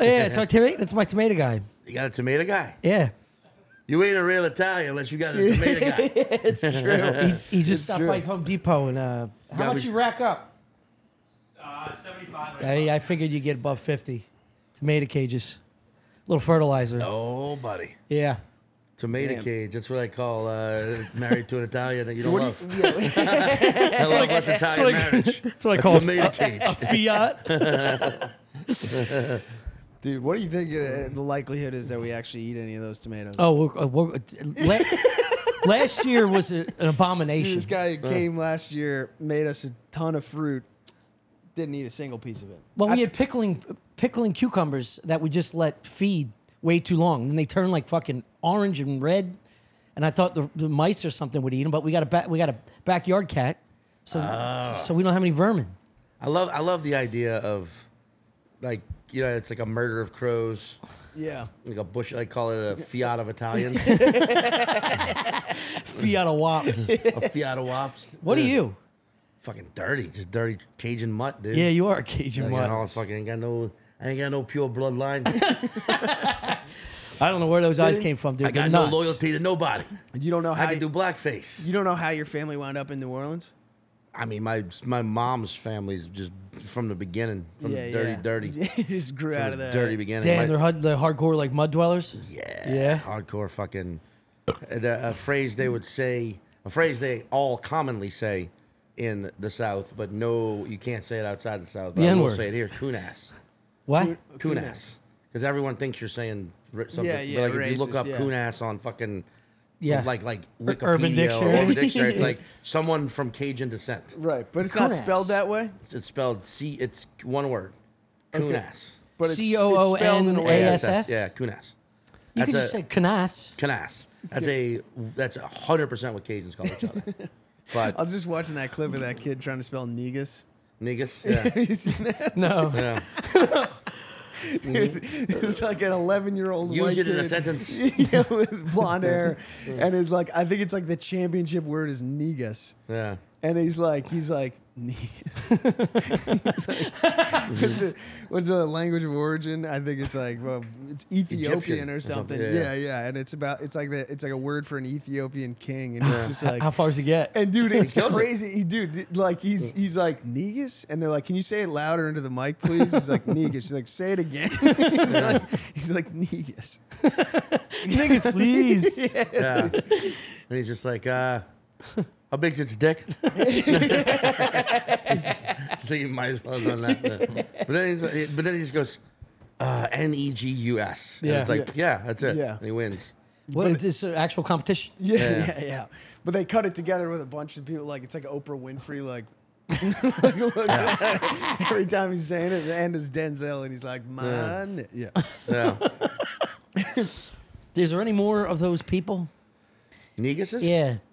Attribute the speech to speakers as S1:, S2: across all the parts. S1: yeah, so tomato, that's my tomato guy.
S2: You got a tomato guy.
S1: Yeah.
S2: You ain't a real Italian unless you got a tomato guy.
S1: it's true. He, he just stopped
S3: true.
S1: by Home Depot and uh, how
S2: Yeah,
S1: much
S2: we-
S1: you rack up?
S4: Uh, 75.
S1: I, I figured you get above fifty. Tomato cages, a little fertilizer.
S2: Oh, buddy.
S1: Yeah.
S2: Tomato
S3: Damn.
S2: cage. That's what I call uh, married to an Italian that you don't
S3: What
S2: love.
S3: do you- yeah,
S2: I love less Italian
S1: that's what I-
S2: marriage.
S1: That's what I
S2: A
S1: call
S2: tomato cage.
S1: Fiat.
S3: dude, what do you think uh, the likelihood is that we actually eat any of those tomatoes?
S1: Oh, we're, uh, we're, uh, la- last year was a, an abomination.
S3: Dude, this guy came last year, made us a ton of fruit, didn't eat a single piece of it.
S1: well, we had pickling pickling cucumbers that we just let feed way too long, and they turn like fucking orange and red. And I thought the, the mice or something would eat them, but we got a ba- we got a backyard cat, so so we don't have any vermin.
S2: I love I love the idea of like you know it's like a murder of crows,
S3: Yeah.
S2: like a bush. I call it a fiat of Italians,
S1: Fiat of wops.
S2: a fiat of wops.
S1: What are
S2: Yeah.
S1: you?
S2: Fucking dirty, just dirty Cajun mutt, dude.
S1: Yeah, you are a Cajun.
S2: Like,
S1: mutt.
S2: all fucking ain't got no. I ain't got no pure bloodline.
S1: I don't know where those eyes came from, dude.
S2: I got
S1: They're
S2: no
S1: nuts.
S2: loyalty to nobody.
S3: You don't know
S2: I
S3: how
S2: can
S3: you,
S2: do blackface.
S3: you don't know how your family wound up in New Orleans?
S2: I mean, my my mom's family's just from the beginning, from the dirty, dirty, from
S3: just grew out of
S2: the
S3: that.
S2: dirty beginning.
S1: Damn,
S2: My-
S1: they're, hard, they're hardcore like mud dwellers.
S2: Yeah.
S1: Yeah.
S2: Hardcore fucking. A, a phrase they would say, a phrase they all commonly say in the South, but no, you can't say it outside the South. But
S1: The
S2: I will
S1: N-word. Oh,
S2: say it here, kunas,
S1: What?
S2: kunas, because everyone thinks you're saying r- something.
S3: Yeah,
S2: but,
S3: yeah,
S2: like if you look
S3: racist,
S2: up
S3: yeah.
S2: kunas on fucking.
S1: Yeah.
S2: Like like
S1: Ur-
S2: Wikipedia
S1: Urban
S2: or
S1: Dictionary.
S2: Urban Dictionary, it's like someone from Cajun descent.
S3: Right, but it's not
S1: Kunas.
S3: spelled that way.
S2: It's spelled C. It's one word, kunas.
S3: But it's,
S1: C O O
S3: it's spelled
S1: N
S3: in a
S1: A
S3: way.
S1: S S.
S2: Yeah, kunas.
S1: You
S2: That's
S1: could just
S2: a-
S1: say Canas.
S2: Canas. That's a that's a hundred percent what Cajuns call each other. But
S3: I was just watching that clip of that kid trying to spell negus.
S2: niggas, yeah,
S3: Have you seen that?
S1: No.
S2: yeah.
S3: Dude, it's like an 11 year old
S2: Mm-hmm. Use
S3: white
S2: it in a
S3: kid,
S2: sentence.
S3: yeah, with blonde hair, and it's like I think it's like the championship word is negus.
S2: yeah.
S3: And he's like, he's like, negus. He's like-
S2: Mm-hmm.
S3: what's, the, what's the language of origin? I think it's like, well, it's Ethiopian
S2: Egyptian
S3: or something.
S2: Yeah,
S3: Yeah,
S2: yeah.
S3: yeah, And it's about, it's like that, it's like a word for an Ethiopian king. And it's just like,
S1: How far does it get?
S3: and dude, it's
S2: kills it.
S3: crazy. He, dude, th- like he's he's like negus, and they're like, "Can you say it louder into the mic, please?" He's like negus. She's like, "Say it again." he's, like, he's like negus.
S1: Niggas, please.
S2: yeah. And he's just like, uh, how big's its dick? so you might as well have done that. But then, he's like- but then he just goes, uh, N E G U S. And
S1: Yeah.
S2: it's like, yeah, that's it.
S3: Yeah.
S2: And he wins.
S1: What is this an actual competition?
S3: Yeah,
S2: Yeah.
S3: yeah, yeah, But they cut it together with a bunch of people. Like it's like Oprah Winfrey. Like, like, look, every time he's saying it, the end is Denzel, and he's like, "Man, yeah."
S2: Yeah.
S1: Is there any more of those people?
S2: Neguses?
S1: Yeah.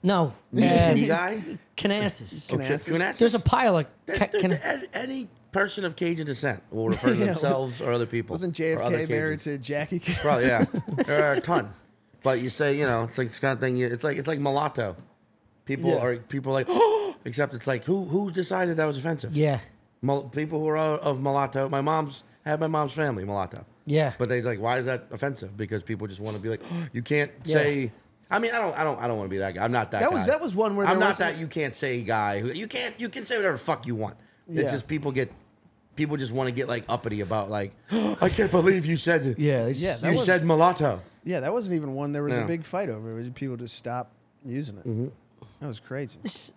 S1: No.
S2: Neg-
S1: Uh,
S2: Negai?
S1: Canasses.
S3: Canasses?
S2: Kunasses?
S1: There's a pile of.
S2: There's-
S1: Ca-
S2: there-
S1: can-
S2: there- any person of Cajun descent will refer to
S3: Yeah,
S2: themselves or other people.
S3: Wasn't
S2: or other
S3: JFK married
S2: Cajuns.
S3: to Jackie?
S2: Probably, yeah. there are a ton. But you say, you know, it's like this kind of thing. You, it's like it's like mulatto. People
S3: Yeah.
S2: are people like, oh, except it's like who who decided that was offensive?
S1: yeah.
S2: Mul- people who are of of mulatto. My mom's I had my mom's family mulatto.
S1: Yeah.
S2: But they like, why is that offensive? Because people just want to be like, "Oh, you can't say. I mean, I don't, I don't, I don't want to be that guy. I'm not that.
S3: That was-
S2: guy.
S3: that was one where
S2: I'm
S3: there
S2: not
S3: wasn't-
S2: that you can't say guy. who- You can't, you can say whatever the fuck you want. It's
S3: Yeah.
S2: just people get, people just want to get like uppity about like, "Oh, I can't believe you said it.
S1: Yeah. it's-
S3: Yeah, that
S2: you
S3: was-
S2: said mulatto.
S3: Yeah, that wasn't even one there was
S2: Yeah.
S3: a big fight over. It was people just stopped using it.
S2: Mm-hmm.
S3: That was crazy.
S1: It's-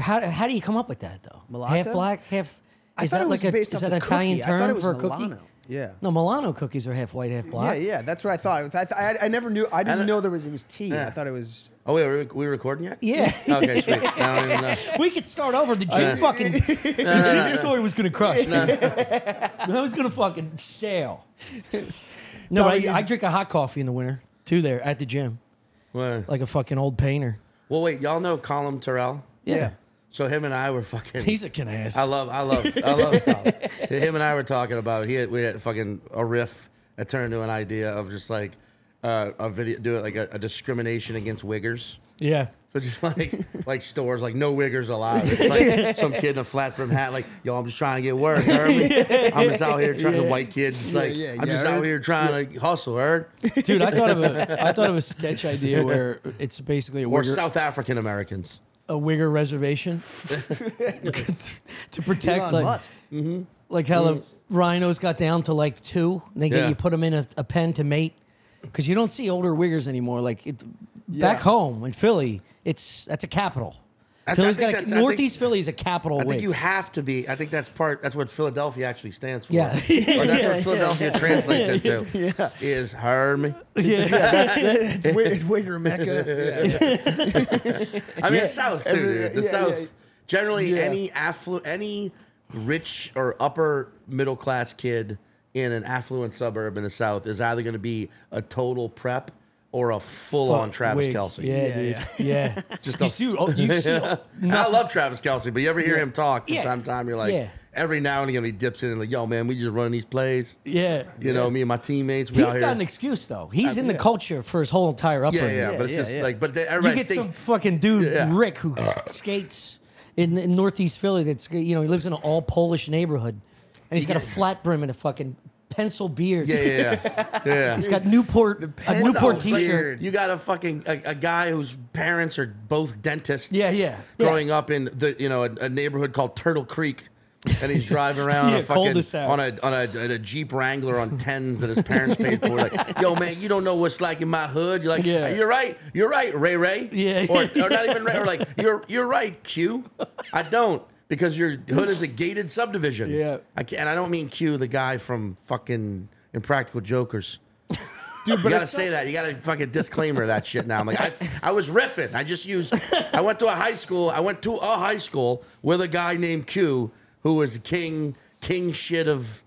S1: How, how do you come up with that though?
S3: Mulatto?
S1: Half black, half.
S3: I
S1: Is
S3: thought
S1: that
S3: it was
S1: like a,
S3: based
S1: is
S3: off
S1: that an
S3: the
S1: Italian
S3: cookie. I
S1: term
S3: thought it was
S1: for a
S3: Milano.
S1: cookie?
S3: Yeah.
S1: No, Milano cookies are half white, half
S3: Yeah,
S1: black.
S3: yeah, that's what I thought. I, th- I, I never knew. I didn't
S2: don't-
S3: know there was it was tea.
S2: Yeah.
S3: I thought it was.
S2: Oh wait, are we, we recording yet?
S1: Yeah.
S2: Okay, sweet. I don't even know.
S1: We could start over. The Jim
S2: Yeah.
S1: fucking the Jim story was gonna crush. I was gonna fucking sail. No,
S3: Tommy,
S1: I,
S3: you
S1: I
S3: just-
S1: drink a hot coffee in the winter too. There at the gym,
S2: Well,
S1: like a fucking old painter.
S2: well, wait. Y'all know Colin Terrell?
S1: Yeah,
S2: So him and I were fucking.
S1: he's a canass.
S2: I love, I love, I love. Colin. Him and I were talking about. He had, we had fucking a riff that turned into an idea of just like uh, a video, do it like a, a discrimination against wiggers.
S1: yeah,
S2: So just like like stores, like no wiggers allowed. It's like some kid in a flat brim hat, like yo, I'm just trying to get work. heard me? I'm just out here trying to white kids. It's like
S3: yeah,
S2: I'm
S3: yeah,
S2: just
S3: heard?
S2: out here trying to hustle. Heard?
S5: Dude, I thought of a I thought of a sketch idea where it's basically a
S2: Or
S5: wigger,
S2: South African Americans.
S1: a wigger reservation to protect
S3: Elon
S1: like
S3: Musk.
S1: like how the rhinos got down to like two. And they get
S2: Yeah.
S1: you put them in a, a pen to mate because you don't see older wiggers anymore. Like it, back
S3: Yeah.
S1: home in Philly, it's that's a capital.
S2: That's- I
S1: Philly's
S2: think
S1: got a,
S2: that's- I think-
S1: Northeast Philly is a capital.
S2: I think you
S1: Whigs.
S2: have to be. I think that's part. That's what Philadelphia actually stands for.
S1: Yeah.
S2: or that's
S1: Yeah,
S2: what Philadelphia translates into. Is heard me?
S3: It's, wi- it's Wigger Mecca. Yeah.
S2: I mean, it's South too,
S3: Every-
S2: dude. The
S3: yeah,
S2: South.
S3: yeah.
S2: Generally,
S3: Yeah.
S2: any affluent, any rich or upper middle class kid in an affluent suburb in the South is either going to be a total prep or a full on Travis
S1: Wig.
S2: Kelsey.
S1: Yeah,
S3: Yeah,
S1: dude.
S3: yeah.
S1: Yeah.
S2: Just
S1: you
S2: a-
S1: see, oh, you see oh,
S2: And I love Travis Kelsey, but you ever hear him talk from
S1: Yeah.
S2: time to time? You're like,
S1: Yeah.
S2: every now and again, he dips in and like, yo, man, we just running these plays.
S1: yeah.
S2: You know, me and my teammates. We out
S1: He's
S2: here. Uh,
S1: got an excuse though. He's in the
S3: yeah.
S1: culture for his whole entire
S2: yeah,
S1: upbringing.
S2: yeah,
S3: Yeah,
S2: but it's
S3: yeah,
S2: just
S3: yeah.
S2: like, but they,
S1: You
S2: everybody
S1: get
S2: think-
S1: some fucking dude
S2: Yeah.
S1: Rick who s- skates in, in Northeast Philly. That's you know he lives in an all Polish neighborhood, and he's got a flat brim and a fucking pencil beard.
S2: yeah, yeah, yeah. yeah.
S1: He's got Newport a
S3: pencil
S1: Newport
S2: Like,
S1: T-shirt.
S2: Oh, You got a fucking a, a guy whose parents are both dentists.
S1: Yeah, yeah, yeah.
S2: Growing up in the you know a, a neighborhood called Turtle Creek, and he's driving around
S5: Yeah,
S2: a fucking,
S5: cul-de-sac.
S2: on a on a, on a Jeep Wrangler on tens that his parents paid for. Like, yo, man, you don't know what's like in my hood. You're like,
S5: Yeah.
S2: yeah. you're right, you're right, Ray Ray.
S1: Yeah,
S2: or, or not even Ray. Or like, you're you're right, Q. I don't. Because your hood is a gated subdivision.
S5: Yeah.
S2: I can't, and I don't mean Q, the guy from fucking Impractical Jokers
S5: dude. But
S2: you gotta
S5: it's-
S2: say that. You gotta fucking disclaimer that shit now. I'm like, I, I was riffing. I just used. I went to a high school. I went to a high school with a guy named Q, who was king, king shit of.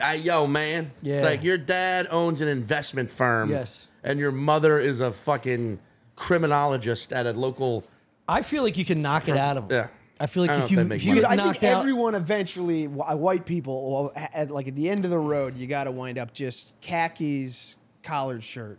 S2: I, yo, man.
S1: Yeah.
S2: It's like your dad owns an investment firm.
S1: Yes.
S2: And your mother is a fucking criminologist at a local.
S1: I feel like you can knock it out of him.
S2: Yeah.
S1: I feel like
S2: I don't
S1: if
S2: know
S1: you
S2: if that
S1: if
S2: makes
S1: you
S2: money.
S1: get
S3: Dude, I
S1: knocked
S3: think
S1: out,
S3: everyone eventually, wh- white people, well, a- at, like at the end of the road, you got to wind up just khakis, collared shirt.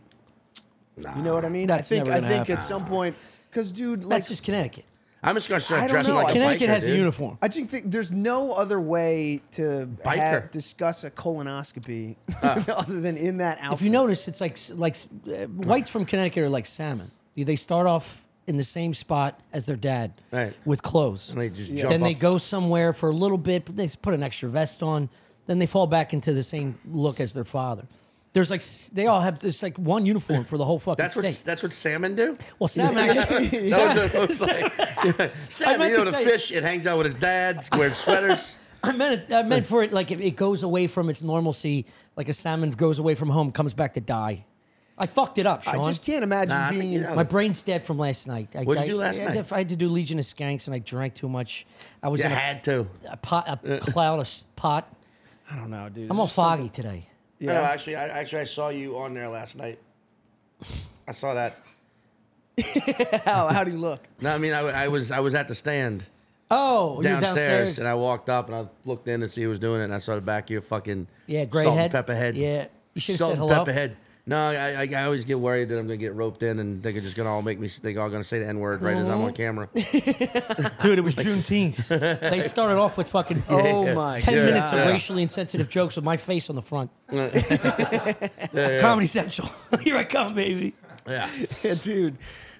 S3: You know what I mean?
S1: That's
S3: I think
S1: never
S3: I
S1: gonna
S3: think at
S1: happen.
S3: some point, because dude, like
S1: that's just Connecticut.
S2: I'm just gonna
S3: I
S2: start
S3: don't
S2: dressing
S3: know.
S2: like a
S1: Connecticut
S2: biker,
S1: has
S2: dude.
S1: a uniform.
S3: I think think there's no other way to
S2: Biker. Ah.
S3: have, discuss a colonoscopy other than in that outfit.
S1: If you notice, it's like like uh, whites from Connecticut are like salmon. They start off in the same spot as their dad
S2: Right.
S1: with clothes.
S2: And they just
S1: Yeah.
S2: jump
S1: then they
S2: up.
S1: go somewhere for a little bit, but they put an extra vest on. Then they fall back into the same look as their father. There's like s- they all have this like one uniform for the whole fucking
S2: That's what
S1: state.
S2: that's what salmon do.
S1: well, salmon. actually-
S2: That was what it was like. Yeah. Salmon,
S1: meant
S2: you know,
S1: to
S2: the
S1: say-
S2: fish. It hangs out with his dads, wears sweaters.
S1: I meant it, I meant for it like it, it goes away from its normalcy. Like a salmon goes away from home, comes back to die. I fucked it up, Sean.
S3: I just can't imagine
S2: Nah, I think
S3: being.
S2: you know.
S1: My brain's dead from last night. I,
S2: What'd you
S1: I-
S2: do last
S1: I,
S2: night?
S1: I had to do Legion of Skanks, and I drank too much. I was
S2: You
S1: in a,
S2: had Uh. to.
S1: a pot, a cloud of s- pot.
S3: I don't know, dude.
S1: I'm all foggy today.
S2: Yeah. No, actually, I, actually, I saw you on there last night. I saw that.
S3: How, how do you look?
S2: No, I mean, I, I was I was at the stand
S1: Oh,
S2: downstairs,
S1: you're downstairs.
S2: and I walked up and I looked in to see who was doing it, and I saw the back of your fucking
S1: yeah, gray
S2: salt
S1: head,
S2: and pepper head.
S1: Yeah, you should have
S2: salt
S1: said
S2: and
S1: hello.
S2: pepper head. No, I, I, I always get worried that I'm gonna get roped in, and they're just gonna all make me. They're all gonna say the n word right as I'm on camera.
S1: Dude, it was Juneteenth. they started off with fucking
S3: Oh
S2: yeah.
S3: my
S1: 10
S3: god!
S1: minutes of
S2: Yeah.
S1: racially insensitive jokes with my face on the front. Comedy Central. Here I come, baby.
S2: Yeah,
S3: Yeah, dude.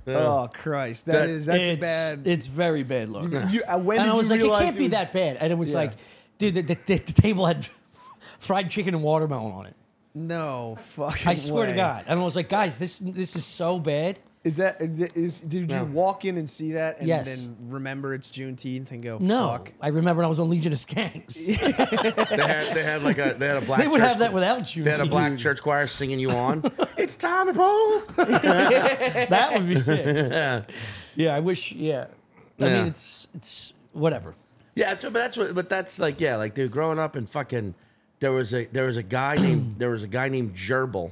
S3: Oh Christ, that is that's a
S1: it's,
S3: bad.
S1: It's very bad look.
S3: you, uh, when
S1: and
S3: did
S1: I was
S3: you
S1: like, it
S3: realize
S1: can't be
S3: was-
S1: that bad. And it was
S3: Yeah.
S1: like, dude, the, the, the, the table had fried chicken and watermelon on it.
S3: No fucking.
S1: I swear to
S3: way.
S1: God. And I was like, guys, this this is so bad.
S3: Is that is did you
S2: No.
S3: walk in and see that and
S1: Yes.
S3: then remember it's Juneteenth and go
S1: No,
S3: fuck?
S1: I remember when I was on Legion of Skanks.
S2: they had they had like a they had a black.
S1: they would
S2: church
S1: have that without you.
S2: They had a black church choir singing you on. it's Tommy Paul.
S1: that would be sick. yeah. I wish. Yeah. I
S2: Yeah.
S1: mean, it's it's whatever.
S2: Yeah, that's, but that's what. But that's like, yeah, like dude, growing up in fucking, there was a there was a guy named there was a guy named Gerbil.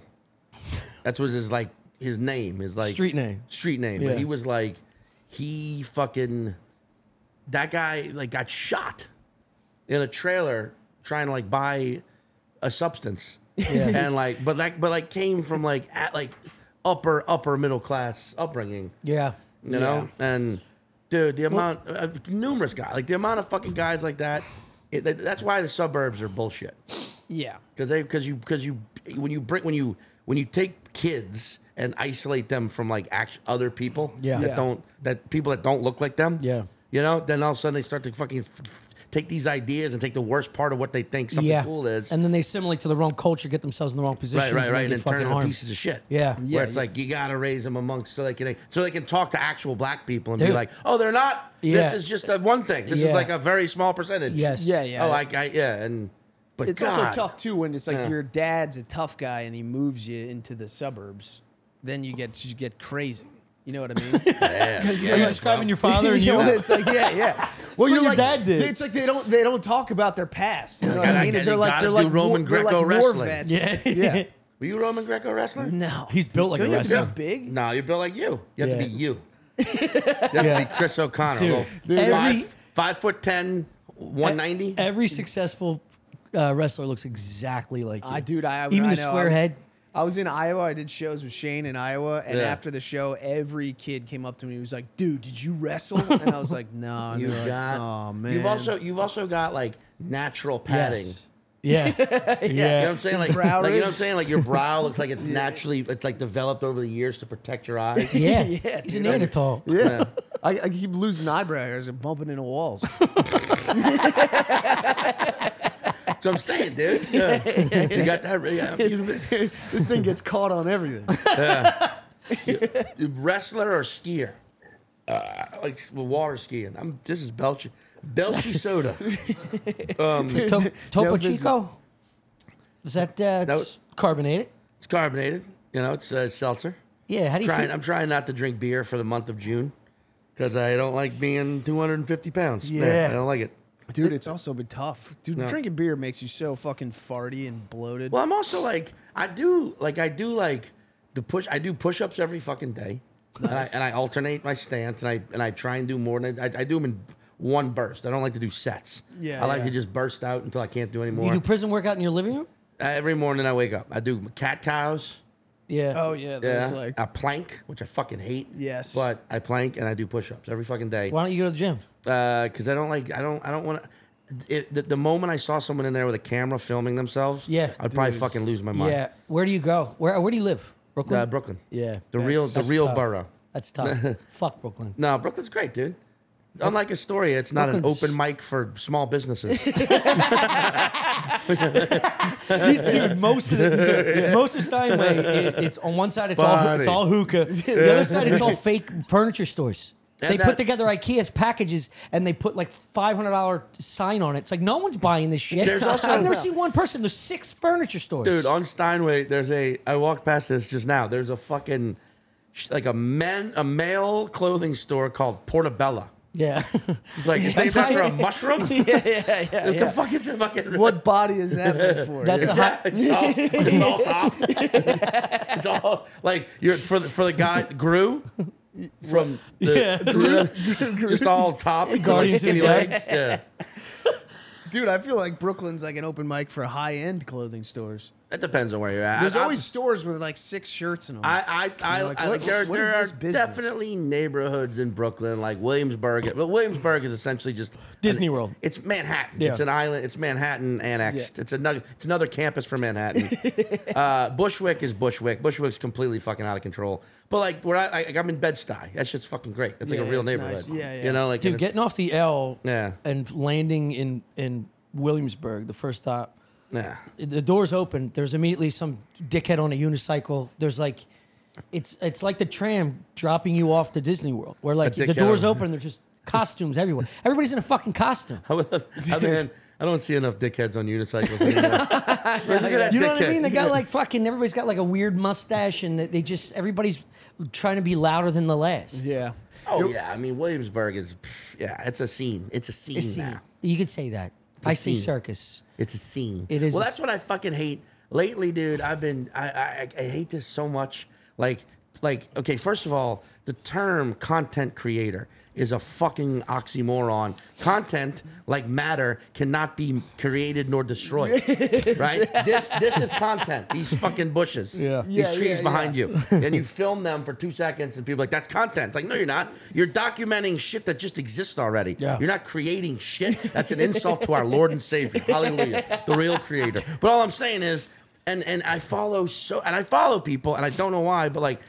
S2: That was his like his name, his like
S1: Street name.
S2: street name.
S1: Yeah.
S2: But he was like, he fucking, that guy like got shot in a trailer trying to like buy a substance. and like, but like, but like, came from like at like upper upper middle class upbringing
S1: Yeah.
S2: you know. And dude, the amount of numerous guys, like the amount of fucking guys like that. It, that that's why the suburbs are bullshit
S3: Yeah.
S2: because they because you because you when you bring when you when you take kids and isolate them from like act, other people
S1: Yeah.
S2: that
S1: Yeah.
S2: don't that people that don't look like them
S1: Yeah.
S2: you know then all of a sudden they start to fucking f- f- take these ideas and take the worst part of what they think something
S1: yeah.
S2: cool is
S1: And then they assimilate to the wrong culture, get themselves in the wrong positions,
S2: right right right
S1: and,
S2: and
S1: they
S2: then
S1: get fucking
S2: turn into
S1: harmed.
S2: pieces of shit
S1: Yeah.
S2: where
S1: Yeah,
S2: it's like you gotta raise them amongst so they can so they can talk to actual black people and be
S1: Dude.
S2: like oh they're not
S1: Yeah.
S2: this is just a one thing this
S1: Yeah.
S2: is like a very small percentage
S1: Yes.
S3: Yeah, yeah.
S2: oh I, I yeah and but
S3: It's
S2: God,
S3: also tough too when it's like your dad's a tough guy and he moves you into the suburbs, then you get you get crazy. You know what I mean?
S2: yeah, yeah,
S1: Are you
S2: bro.
S1: describing your father and
S3: You
S1: you?
S3: know, it's like yeah, yeah.
S1: what
S3: Well,
S1: your dad did.
S3: It's like they don't they don't talk about their past. You know what
S2: gotta-
S3: I mean?
S2: gotta-
S3: They're like
S2: gotta
S3: they're
S2: do
S3: like
S2: Roman
S3: war- they're
S2: Greco
S3: like War
S2: wrestling.
S3: vets.
S1: yeah.
S3: yeah.
S2: were you a Roman Greco wrestler
S3: No,
S1: He's built like a
S3: Don't you have to
S1: wrestler.
S3: be big.
S2: No, you're built like you. You have to
S1: Yeah.
S2: be you. You have to be Chris O'Connor.
S1: Dude,
S2: little
S1: dude.
S2: five,
S1: every-
S2: five foot ten, 190.
S1: E- Every successful uh, wrestler looks exactly like you.
S3: I Ah, dude, I
S1: even
S3: I
S1: the
S3: know,
S1: square
S3: I was,
S1: head.
S3: I was in Iowa. I did shows with Shane in Iowa, and
S2: Yeah.
S3: after the show, every kid came up to me. and was like, "Dude, did you wrestle?" And I was like, "No." And
S2: you
S3: they're like,
S2: got.
S3: "Oh man."
S2: You've also you've also got like natural padding.
S1: Yes. Yeah. yeah.
S2: You know what I'm saying? Like,
S3: Brow
S2: like you know what I'm
S3: ridge.
S2: saying? Like your brow looks like it's naturally it's like developed over the years to protect your eyes.
S1: Yeah.
S3: Yeah,
S1: He's
S3: dude,
S1: a
S3: I-
S1: Neanderthal.
S2: Yeah.
S3: I, I keep losing eyebrow hairs and bumping into walls.
S2: That's what I'm saying, dude. Yeah. You got that right. Yeah. You-
S3: this thing gets caught on everything.
S2: you Wrestler or skier? Uh, like water skiing. I'm this is belchy belchy soda.
S1: To- Topo
S3: this is-
S1: Chico? Is that uh, it's carbonated?
S2: It's carbonated. You know, it's uh, seltzer.
S1: Yeah. How do you
S2: Trying,
S1: feel?
S2: I'm trying not to drink beer for the month of June because I don't like being 250 pounds. Yeah,
S1: Yeah.
S2: I don't like it.
S3: Dude, it's also been tough. Dude, drinking beer makes you so fucking farty and bloated.
S2: Well, I'm also like I do like I do like the push. I do push-ups every fucking day, and, I, and I alternate my stance and I and I try and do more than I, I do them in one burst. I don't like to do sets.
S3: Yeah,
S2: I like
S3: yeah.
S2: to just burst out until I can't do
S1: You
S2: anymore.
S1: do prison workout in your living room?
S2: every morning I wake up, I do cat cows.
S1: Yeah.
S3: oh yeah,
S2: Yeah,
S3: there's like
S2: I plank, which I fucking hate.
S3: Yes.
S2: but I plank and I do push-ups every fucking day.
S1: Why don't you go to the gym?
S2: because I don't like I don't I don't want to. The, the moment I saw someone in there with a camera filming themselves,
S1: Yeah.
S2: I'd probably
S3: Dude.
S2: fucking lose my mind.
S1: Yeah. Where do you go? Where Where do you live? Brooklyn.
S2: uh, Brooklyn.
S1: Yeah.
S2: the real the
S1: That's
S2: real
S1: tough.
S2: borough.
S1: That's tough. Fuck Brooklyn.
S2: No, Brooklyn's great, dude. Unlike Astoria, it's not
S1: Brooklyn's-
S2: an open mic for small businesses.
S1: These, dude, most of the, most of Steinway, it, it's on one side it's all it's
S2: Body.
S1: all hookah, the other side it's all fake furniture stores.
S2: And
S1: they
S2: that-
S1: put together IKEA's packages and they put like five hundred dollar sign on it. It's like no one's buying this shit.
S2: There's also-
S1: I've never seen one person. There's six furniture stores.
S2: Dude, on Steinway, there's a. I walked past this just now. There's a fucking, sh- like a men, a male clothing store called Portabella.
S1: yeah,
S2: It's like it's named
S1: That's
S2: after a
S1: right.
S2: mushroom. yeah, yeah, yeah. What the fuck is it? Fucking
S3: what body is that meant for?
S1: That's
S3: Yeah.
S1: a
S2: Yeah, it's all, it's all top. it's all like you're for the for the guy grew from the
S1: Yeah.
S2: Gru- just all top and like
S1: Guardians of
S2: skinny
S1: the
S2: legs. Yeah,
S3: Dude, I feel like Brooklyn's like an open mic for high end clothing stores.
S2: it depends on where you're at.
S3: There's
S2: I-
S3: always stores with like six shirts and all.
S2: I I I,
S3: You're like,
S2: I
S3: what-
S2: like there
S3: what is
S2: there are
S3: this business?
S2: definitely neighborhoods in Brooklyn like Williamsburg. But Williamsburg is essentially just
S1: Disney
S2: an-
S1: World.
S2: It's Manhattan.
S1: Yeah.
S2: It's an island. It's Manhattan annexed. It's another it's another campus for Manhattan. uh, Bushwick is Bushwick. Bushwick's completely fucking out of control. But like where I, I like, I'm in Bed Stuy. That shit's fucking great. That's like
S3: Yeah,
S2: a real
S3: it's
S2: neighborhood.
S3: nice. Yeah, yeah.
S2: You know, like
S1: dude,
S2: and it's-
S1: getting off the L
S2: Yeah.
S1: and landing in in Williamsburg, the first stop.
S2: yeah.
S1: the doors open. There's immediately some dickhead on a unicycle. There's like, it's it's like the tram dropping you off to Disney World, where like the
S2: dickhead
S1: doors
S2: on-
S1: open. and There's just costumes everywhere. Everybody's in a fucking costume.
S2: I, would love- I mean, I don't see enough dickheads on unicycles. Anymore. Look at that
S1: You know what I
S2: dickhead.
S1: mean? They got like fucking. Everybody's got like a weird mustache, and they- they just everybody's trying to be louder than the last.
S3: yeah.
S2: Oh yeah, I mean Williamsburg is pff, yeah, it's a scene. It's a scene
S1: It's-
S2: now.
S1: you could say that. I see
S2: scene.
S1: circus.
S2: It's a scene.
S1: It is
S2: Well,
S1: a
S2: that's
S1: s-
S2: what I fucking hate lately, dude. I've been I I, I hate this so much. Like like, okay, first of all, the term content creator is a fucking oxymoron. Content, like matter, cannot be created nor destroyed. right? This this is content. These fucking bushes.
S5: Yeah.
S2: These
S3: Yeah,
S2: trees
S3: yeah,
S2: behind you. And you film them for two seconds and people are like, that's content. It's like, no, you're not. You're documenting shit that just exists already.
S5: Yeah.
S2: You're not creating shit. That's an insult to our Lord and Savior. Hallelujah. The real creator. But all I'm saying is, and and I follow so and I follow people, and I don't know why, but like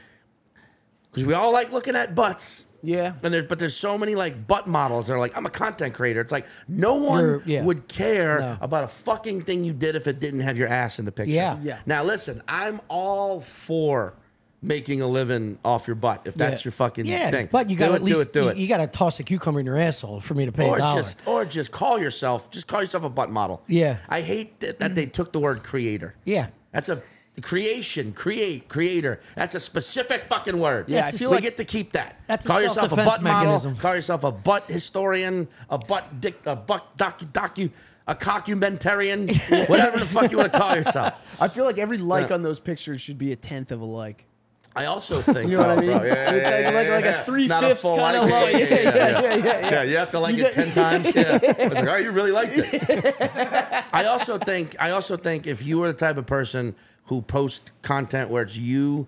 S2: because we all like looking at butts.
S3: Yeah.
S2: And there's but there's so many like butt models that are like, I'm a content creator. It's like no one
S1: You're- yeah.
S2: would care
S1: No.
S2: about a fucking thing you did if it didn't have your ass in the picture.
S1: Yeah.
S3: Yeah.
S2: Now listen, I'm all for making a living off your butt if that's
S1: Yeah.
S2: your fucking
S1: yeah,
S2: thing.
S1: but you got
S2: do
S1: to
S2: it,
S1: at least
S2: do it, do
S1: you,
S2: it.
S1: you got to toss a cucumber in your asshole for me to pay
S2: or
S1: a dollar.
S2: just or just call yourself just call yourself a butt model.
S1: Yeah.
S2: I hate that, that they took the word creator.
S1: yeah,
S2: That's a creation, create, creator. That's a specific fucking word.
S1: Yeah, it's
S2: we
S1: a self-
S2: get to keep that.
S1: that's a
S2: call yourself a
S1: self-defense
S2: butt
S1: mechanism.
S2: model. Call yourself a butt historian, a butt dick, a butt docu docu, a cockumentarian, whatever the fuck you want to call yourself.
S3: I feel like every like
S2: Yeah.
S3: on those pictures should be a tenth of a like.
S2: I also think
S3: You know what I
S2: Oh,
S3: mean?
S2: bro, yeah,
S3: It's
S2: yeah,
S3: like-
S2: yeah,
S3: like- like a
S2: yeah.
S3: three-fifths
S2: Not a full
S3: kinda
S2: like,
S3: low.
S2: Yeah, yeah, yeah, yeah,
S3: yeah, yeah, yeah.
S2: Yeah, you have to like
S3: You
S2: it ten times. Yeah, It's like, oh, you really liked it. I also think I also think if you are the type of person who posts content where it's you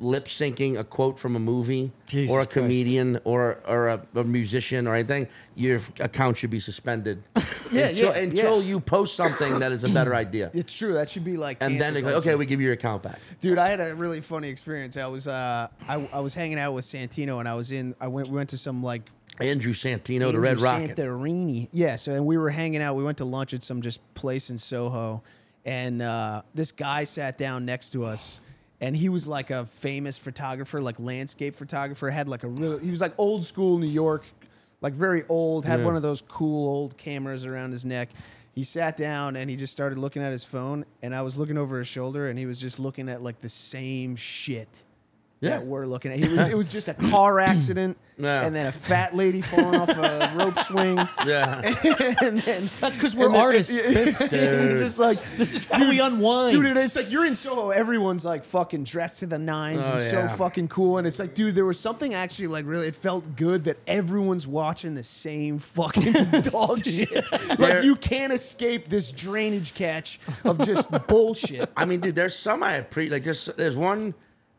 S2: lip syncing a quote from a movie
S1: Jesus
S2: or a
S1: Christ.
S2: comedian or or a, a musician or anything, your account should be suspended
S3: Yeah,
S2: until,
S3: yeah,
S2: until
S3: yeah.
S2: you post something that is a better idea.
S3: It's true. That should be like.
S2: And then
S3: cancel
S2: it goes,
S3: culture.
S2: okay, we give you your account back.
S3: Dude, I had a really funny experience. I was uh, I, I was hanging out with Santino, and I was in. I went. We went to some like
S2: Andrew Santino, the
S3: Andrew
S2: Red Rocket.
S3: Santorini. Yeah, so and we were hanging out. We went to lunch at some just place in Soho, and uh, this guy sat down next to us, and he was like a famous photographer, like landscape photographer. Had like a real. He was like old school New York, like very old. Had one of those cool old cameras around his neck. He sat down and he just started looking at his phone, and I was looking over his shoulder, and he was just looking at like the same shit that we're looking at. He was, it was just a car accident,
S2: Yeah.
S3: and then a fat lady falling off a rope swing.
S2: Yeah.
S3: and then,
S1: that's because we're
S3: and then-
S1: artists.
S3: You're just like,
S1: this is how we unwind.
S3: dude, and it's like you're in Soho. Everyone's like fucking dressed to the nines
S2: Oh,
S3: and
S2: yeah.
S3: so fucking cool. And it's like, dude, there was something actually like really. It felt good that everyone's watching the same fucking dog shit.
S2: There-
S3: like you can't escape this drainage catch of just bullshit.
S2: I mean, dude, there's some I appreciate. Like, there's there's one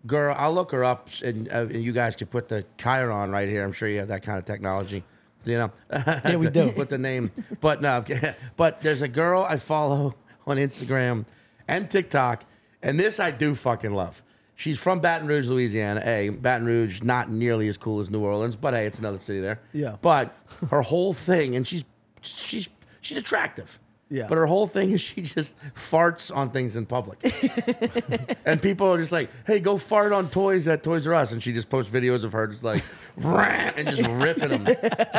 S2: girl. I'll look her up, and uh, and you guys can put the Chiron right here. I'm sure you have that kind of technology. You know, yeah,
S1: we do.
S2: With the name, but no, but there's a girl I follow on Instagram and TikTok, and this I do fucking love. She's from Baton Rouge, Louisiana. A Baton Rouge, not nearly as cool as New Orleans, but hey, it's another city there.
S3: Yeah.
S2: But her whole thing, and she's she's she's attractive.
S3: Yeah.
S2: But her whole thing is she just farts on things in public. And people are just like, "Hey, go fart on toys at Toys R Us," and she just posts videos of her just like, "Ram," and just ripping them,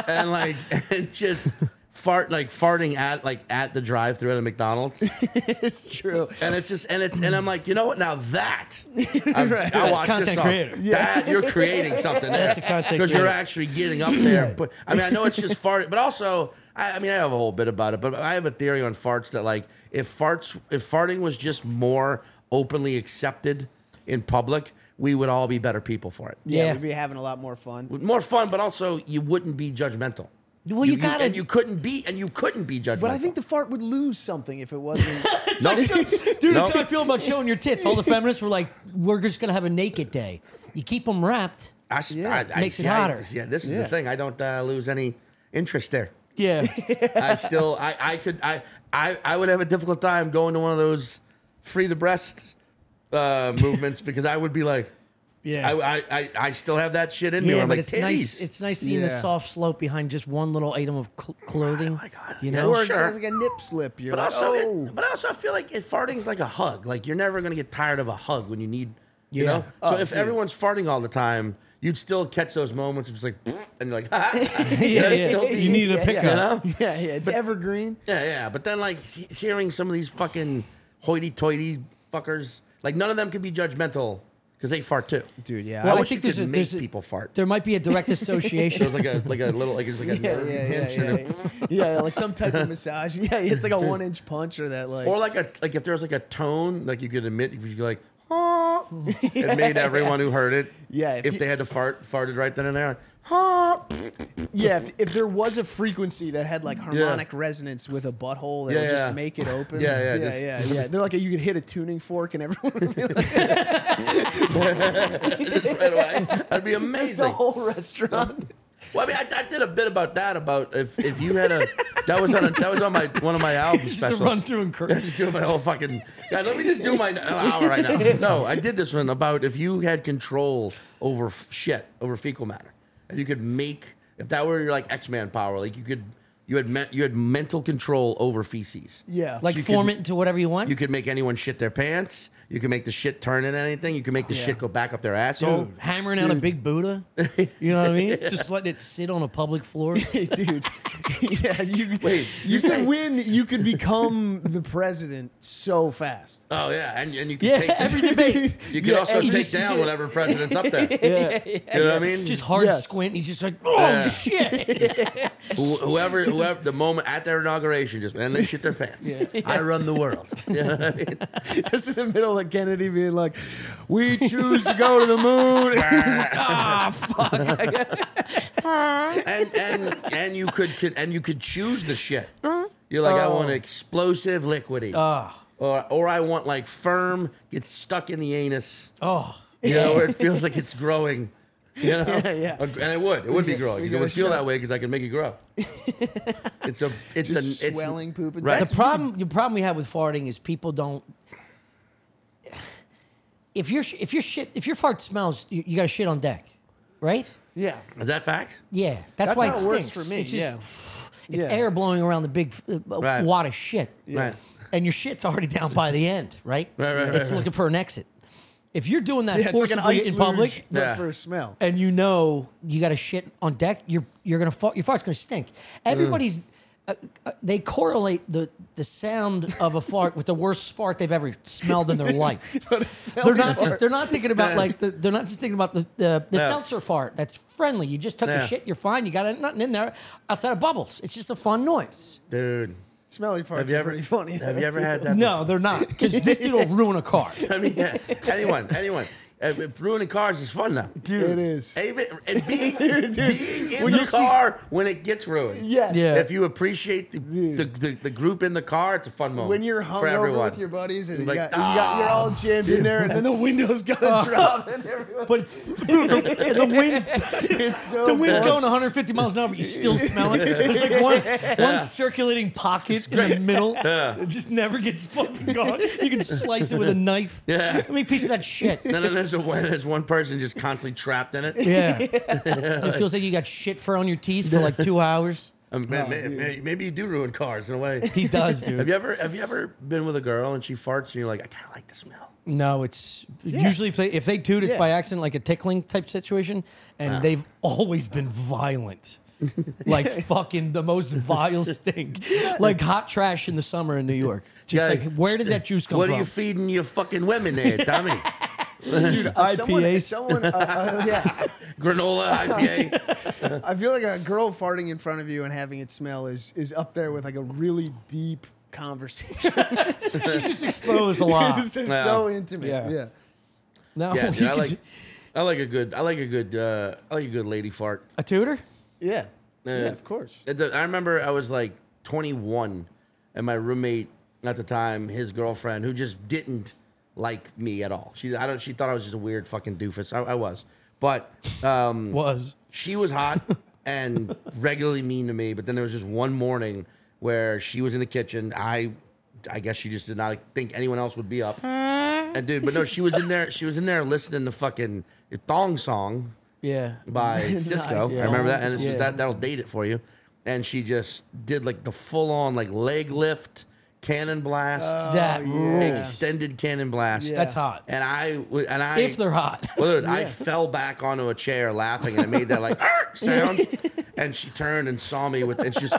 S2: and like, and just fart like farting at like at the drive-through at a McDonald's,
S3: it's true.
S2: and it's just and it's and I'm like, you know what? Now that I,
S3: Right.
S2: I
S3: That's
S2: watch this
S1: content
S2: song.
S1: creator.
S2: That you're creating something there
S1: That's a content
S2: because you're
S1: creator.
S2: actually getting up there. But I mean, I know it's just farting, but also, I, I mean, I have a whole bit about it. But I have a theory on farts that like if farts, if farting was just more openly accepted in public, we would all be better people for it.
S3: Yeah,
S1: Yeah.
S3: we'd be having a lot more fun.
S2: More fun, but also you wouldn't be judgmental.
S1: Well, you gotta-
S2: and you couldn't be, and you couldn't be judgmental.
S3: But I think the fart would lose something if it wasn't.
S2: no,
S1: Dude,
S2: No.
S1: that's how I feel about showing your tits. All the feminists were like, "We're just gonna have a naked day. You keep them wrapped."
S2: I, s-
S3: Yeah.
S2: I- I-
S1: Makes it
S2: see, I-
S1: hotter.
S2: yeah, this is the
S3: Yeah.
S2: thing. I don't uh, lose any interest there.
S1: Yeah,
S2: I still, I, I could, I, I, I would have a difficult time going to one of those free the breast uh, movements because I would be like,
S1: yeah,
S2: I, I, I, I still have that shit in me.
S1: yeah.
S2: where
S1: But
S2: I'm like,
S1: it's
S2: titties.
S1: nice. It's nice seeing the
S3: Yeah.
S1: soft slope behind just one little item of cl- clothing.
S2: Oh my God.
S1: You
S2: Yeah.
S1: know,
S3: or
S2: Sure.
S3: it's like a nip slip. You're
S2: but
S3: like,
S2: also,
S3: oh.
S2: it, but also, I feel like it, farting's like a hug. Like you're never gonna get tired of a hug when you need, you
S1: Yeah. Oh,
S2: know. So if everyone's farting all the time, you'd still catch those moments. It's like, "Pfft," and you're like, yeah,
S5: You need a
S3: Yeah,
S5: pickup.
S3: yeah.
S2: know?
S3: Yeah, yeah. It's evergreen.
S2: Yeah, yeah. But then, like, se- hearing some of these fucking hoity-toity fuckers, like, none of them can be judgmental because they fart too.
S3: Dude, yeah.
S2: I
S1: Well, I
S2: wish
S1: think
S2: you
S1: there's
S2: could
S1: a-
S2: make
S1: there's a-
S2: people fart.
S1: there might be a direct association.
S2: There's like a like a little like it's like a
S3: yeah,
S2: nerve
S3: yeah, yeah,
S2: pinch
S3: yeah,
S2: and a-
S3: yeah. Yeah, like some type of massage. Yeah, it's like a one inch punch or that like.
S2: or like a like if there was like a tone like you could admit if you could like "Huh." it made everyone who heard it.
S3: Yeah, if
S2: If,
S3: you-
S2: they had to fart, farted right then and there. Like, huh.
S3: Yeah, if, if there was a frequency that had like harmonic resonance with a butthole that
S2: Yeah,
S3: would just
S2: yeah.
S3: make it open.
S2: Yeah, yeah,
S3: yeah,
S2: just-
S3: yeah, yeah. They're like you could hit a tuning fork and everyone would be like
S2: Right away. That'd be amazing.
S3: the whole restaurant.
S2: Well, I mean, I, I did a bit about that. About if, if you had a that was on a, that was on my one of my album
S1: Just
S2: specials.
S1: to run through and cur-
S2: just doing my whole fucking. God, let me just do my hour right now. No, I did this one about if you had control over f- shit, over fecal matter, and you could make if that were your like X Man power, like you could you had me- you had mental control over feces.
S3: Yeah.
S1: like
S2: You
S1: form
S2: could-
S1: it into whatever you want.
S2: You could make anyone shit their pants. You could make the shit turn in anything. You could make the
S1: Yeah.
S2: shit go back up their asshole.
S1: Dude, hammering out a big Buddha. You know what I mean? Just letting it sit on a public floor.
S3: dude. yeah, you
S2: Wait,
S3: you,
S2: you
S3: could
S2: say-
S3: win, you could become the president so fast.
S2: Oh yeah, and, and you could
S1: Yeah,
S2: take
S1: every debate.
S2: you could also take down whatever president's up there. You know what I mean?
S1: Just hard
S3: Yes.
S1: squint. He's just like, oh
S2: Yeah.
S1: shit.
S2: Who- whoever, whoever, the moment at their inauguration, just and they shit their pants. I run the world. You know what I mean?
S3: Just in the middle of Kennedy being like, "We choose to go to the moon." ah, fuck.
S2: and and and you could, could and you could choose the shit. You're like, I
S1: Oh.
S2: want explosive liquidy,
S1: Ah.
S2: or or I want like firm, gets stuck in the anus.
S1: Oh,
S2: You know, where it feels like it's growing. You know,
S3: Yeah, yeah.
S2: and it would, it would be growing.
S3: we
S2: It would
S3: gotta
S2: feel
S3: shut-
S2: that way because I can make it grow. it's a, it's
S3: Just
S2: a, it's
S3: swelling poop and-
S2: Right.
S1: the problem. The problem we have with farting is people don't. If your sh- if your shit if your fart smells, you, you got to shit on deck, right?
S3: Yeah.
S2: Is that fact?
S1: Yeah, that's,
S3: That's
S1: why
S3: how
S1: it
S3: it works
S1: stinks.
S3: for me,
S1: It's just,
S3: yeah.
S1: it's
S3: Yeah.
S1: air blowing around the big uh, uh,
S2: Right.
S1: wad of shit.
S2: Right.
S1: and your shit's already down by the end, right?
S2: Right, right, right,
S1: It's looking for an exit. If you're doing that
S3: Yeah, it's like
S1: forcibly
S3: an ice
S1: in public
S3: luge, but
S2: Yeah.
S3: for smell.
S1: and you know you got a shit on deck, you're you're gonna fart, your fart's gonna stink.
S3: Mm.
S1: Everybody's uh, uh, they correlate the the sound of a fart with the worst fart they've ever smelled in their life. They're not just they're not thinking about like the, they're not just thinking about the the, the
S2: Yeah.
S1: seltzer fart that's friendly. You just took
S2: Yeah.
S1: a shit, you're fine. You got nothing in there outside of bubbles. It's just a fun noise.
S2: Dude,
S3: smelly farts.
S2: have you
S3: are
S2: ever
S3: pretty funny.
S2: Have you ever had that?
S1: No, they're not because this dude will ruin a car.
S2: I mean, yeah. anyone, anyone. Uh, ruining cars is fun now.
S3: Dude, it is.
S2: Even and being, being in
S3: When
S2: the
S3: you see-
S2: car when it gets ruined.
S3: Yes.
S1: Yeah.
S2: If you appreciate the,
S3: Dude.
S2: the, the, the group in the car, it's a fun moment.
S3: When you're
S2: for
S3: hungover
S2: everyone.
S3: with your buddies and you,
S2: Like, "Ah."
S3: got, you got, you're all jammed in there, and then the windows got to drop, and everyone.
S1: Uh, But it's dude, the, the wind's
S3: It's so
S1: the wind's
S3: bad.
S1: going 150 miles an hour, but you still smell it. There's like one, one circulating pocket in the middle that just never gets fucking gone. You can slice it with a knife.
S2: Yeah.
S1: Let me piece of that shit.
S2: And then there's, a, one- there's one person just constantly trapped in it.
S1: Yeah. It feels like you got shit fur on your teeth for like two hours.
S2: Um, ma- ma- ma- maybe you do ruin cars in a way.
S1: Oh, He does,
S2: have
S1: dude.
S2: you ever have you ever been with a girl and she farts and you're like, I kind of like the smell.
S1: No, it's usually if they if they toot, it's
S3: Yeah.
S1: by accident, like a tickling type situation, and they've always been violent, like fucking the most vile stink, like hot trash in the summer in New York. Just
S2: Yeah.
S1: like where did that juice come
S2: what
S1: from?
S2: are you feeding your fucking women there, dummy?
S3: Dude, uh, someone,
S1: IPAs.
S3: someone uh, uh, yeah.
S2: Granola IPA.
S3: I feel like a girl farting in front of you and having it smell is is up there with like a really deep conversation.
S1: she just exposed a lot.
S3: Because it's just
S2: Yeah.
S3: so intimate.
S1: Yeah.
S3: Yeah.
S1: No,
S2: Yeah,
S1: Oh,
S2: dude,
S1: you
S2: I
S1: could
S2: like
S1: ju-
S2: I like a good I like a good uh, I like a good lady fart.
S1: a tutor.
S3: Yeah. Yeah,
S2: Yeah.
S3: of course.
S2: At the- I remember I was like 21, and my roommate at the time, his girlfriend, who just didn't like me at all. She I don't. She thought I was just a weird fucking doofus. I, I was, but um,
S1: Was
S2: she was hot and regularly mean to me. But then there was just one morning where she was in the kitchen. I, I guess she just did not think anyone else would be up.
S1: Hmm?
S2: And dude, but no, she was in there. She was in there listening to fucking thong song
S1: yeah.
S2: by Cisco.
S3: yeah.
S2: I remember that, and it's
S1: Yeah.
S2: just, that that'll date it for you. And she just did like the full on like leg lift, cannon blast, Oh,
S1: that rules.
S2: extended cannon blast.
S3: Yeah.
S1: That's hot.
S2: And I w- and I
S1: If they're hot.
S2: well, dude, I fell back onto a chair laughing, and it made that like "Arr!" sound. and she turned and saw me with, and she just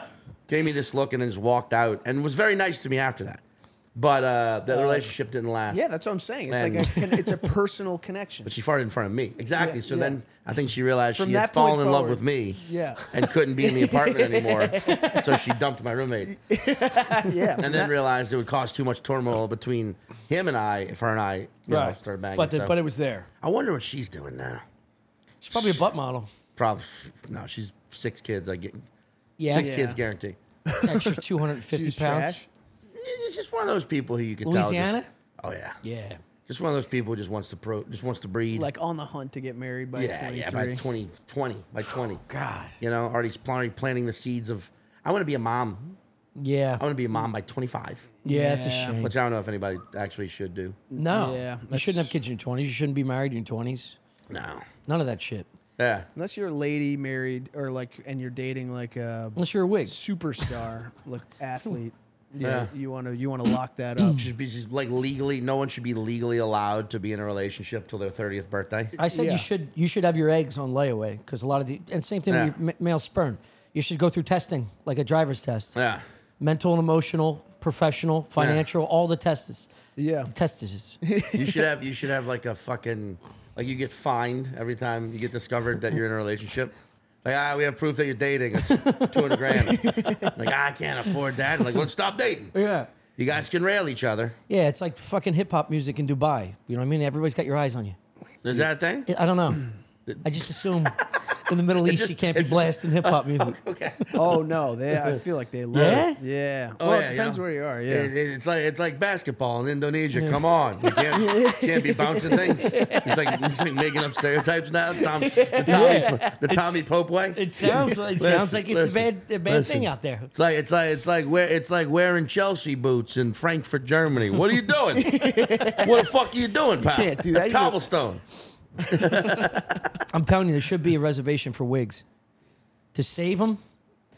S2: gave me this look, and then just walked out, and was very nice to me after that. But uh, the relationship didn't last.
S3: Yeah, that's what I'm saying. It's
S2: And-
S3: like a, con- it's a personal connection.
S2: But she farted in front of me. Exactly.
S3: Yeah,
S2: so
S3: yeah.
S2: then I think she realized
S3: From
S2: she had
S3: that point
S2: fallen in love
S3: forward.
S2: with me.
S3: Yeah.
S2: And couldn't be in the apartment anymore. so she dumped my roommate.
S3: yeah,
S2: And then realized it would cause too much turmoil between him and I if her and I you know, started banging.
S5: but the,
S2: So
S5: but it was there.
S2: I wonder what she's doing now.
S1: She's probably a butt model.
S2: Probably no, she's six kids, I get
S1: Yeah,
S2: six
S3: Yeah.
S2: kids guarantee.
S1: extra 250
S3: She's
S1: pounds.
S3: trash.
S2: It's just one of those people who you can tell.
S1: Louisiana?
S2: just- Oh yeah.
S1: Yeah.
S2: Just one of those people who just wants to pro just wants to breed.
S3: like on the hunt to get married by
S2: yeah,
S3: 23.
S2: yeah, by 20, 20, by 20.
S1: God.
S2: You know, already s- already planting the seeds of I want to be a mom.
S1: Yeah.
S2: I want to be a mom by 25,
S1: Yeah, that's a
S3: Yeah.
S1: shame.
S2: which I don't know if anybody actually should do.
S1: No.
S3: Yeah,
S1: you shouldn't
S3: that's-
S1: have kids in your 20s. You shouldn't be married in your 20s.
S2: No.
S1: None of that shit.
S2: Yeah.
S3: Unless you're a lady married or like and you're dating like a
S1: Unless you're a wig.
S3: superstar like athlete.
S2: Yeah.
S3: Yeah, you want to you want to lock that up.
S2: Should be just like legally, no one should be legally allowed to be in a relationship till their 30th birthday.
S1: I said
S3: Yeah.
S1: you should you should have your eggs on layaway because a lot of the and same thing
S2: Yeah.
S1: with your ma- male sperm. You should go through testing like a driver's test.
S2: Yeah.
S1: Mental and emotional, professional, financial, all the tests.
S3: Yeah.
S1: Testes.
S2: You should have you should have like a fucking like you get fined every time you get discovered that you're in a relationship. Like ah, we have proof that you're dating. It's two hundred grand. like ah, I can't afford that. Like let's stop dating.
S1: yeah.
S2: You guys can rail each other.
S1: Yeah, it's like fucking hip hop music in Dubai. You know what I mean? Everybody's got your eyes on you.
S2: Is that a thing?
S1: I- I don't know. I just assume in the Middle East
S2: just-
S1: you can't be
S2: it's just-
S1: blasting hip hop music.
S2: Okay.
S3: Oh no, they I feel like they love it. Yeah.
S2: Oh,
S3: well,
S2: yeah,
S3: it depends
S2: yeah.
S3: where you are. Yeah.
S2: It- it- it's like it's like basketball in Indonesia. Come on, you can't, can't be bouncing things. It's like, it's like making up stereotypes now. Tom, the Tommy, the Tommy Pope way.
S1: It sounds like it sounds
S2: Listen,
S1: like it's a
S2: listen,
S1: bad a bad
S2: listen.
S1: thing out there.
S2: It's like it's like it's like wear it's like wearing Chelsea boots in Frankfurt, Germany. What are you doing? what the fuck are you doing, pal?
S3: can't do
S2: That's
S3: that. You-
S2: cobblestone.
S1: I'm telling you, there should be a reservation for wigs to save them.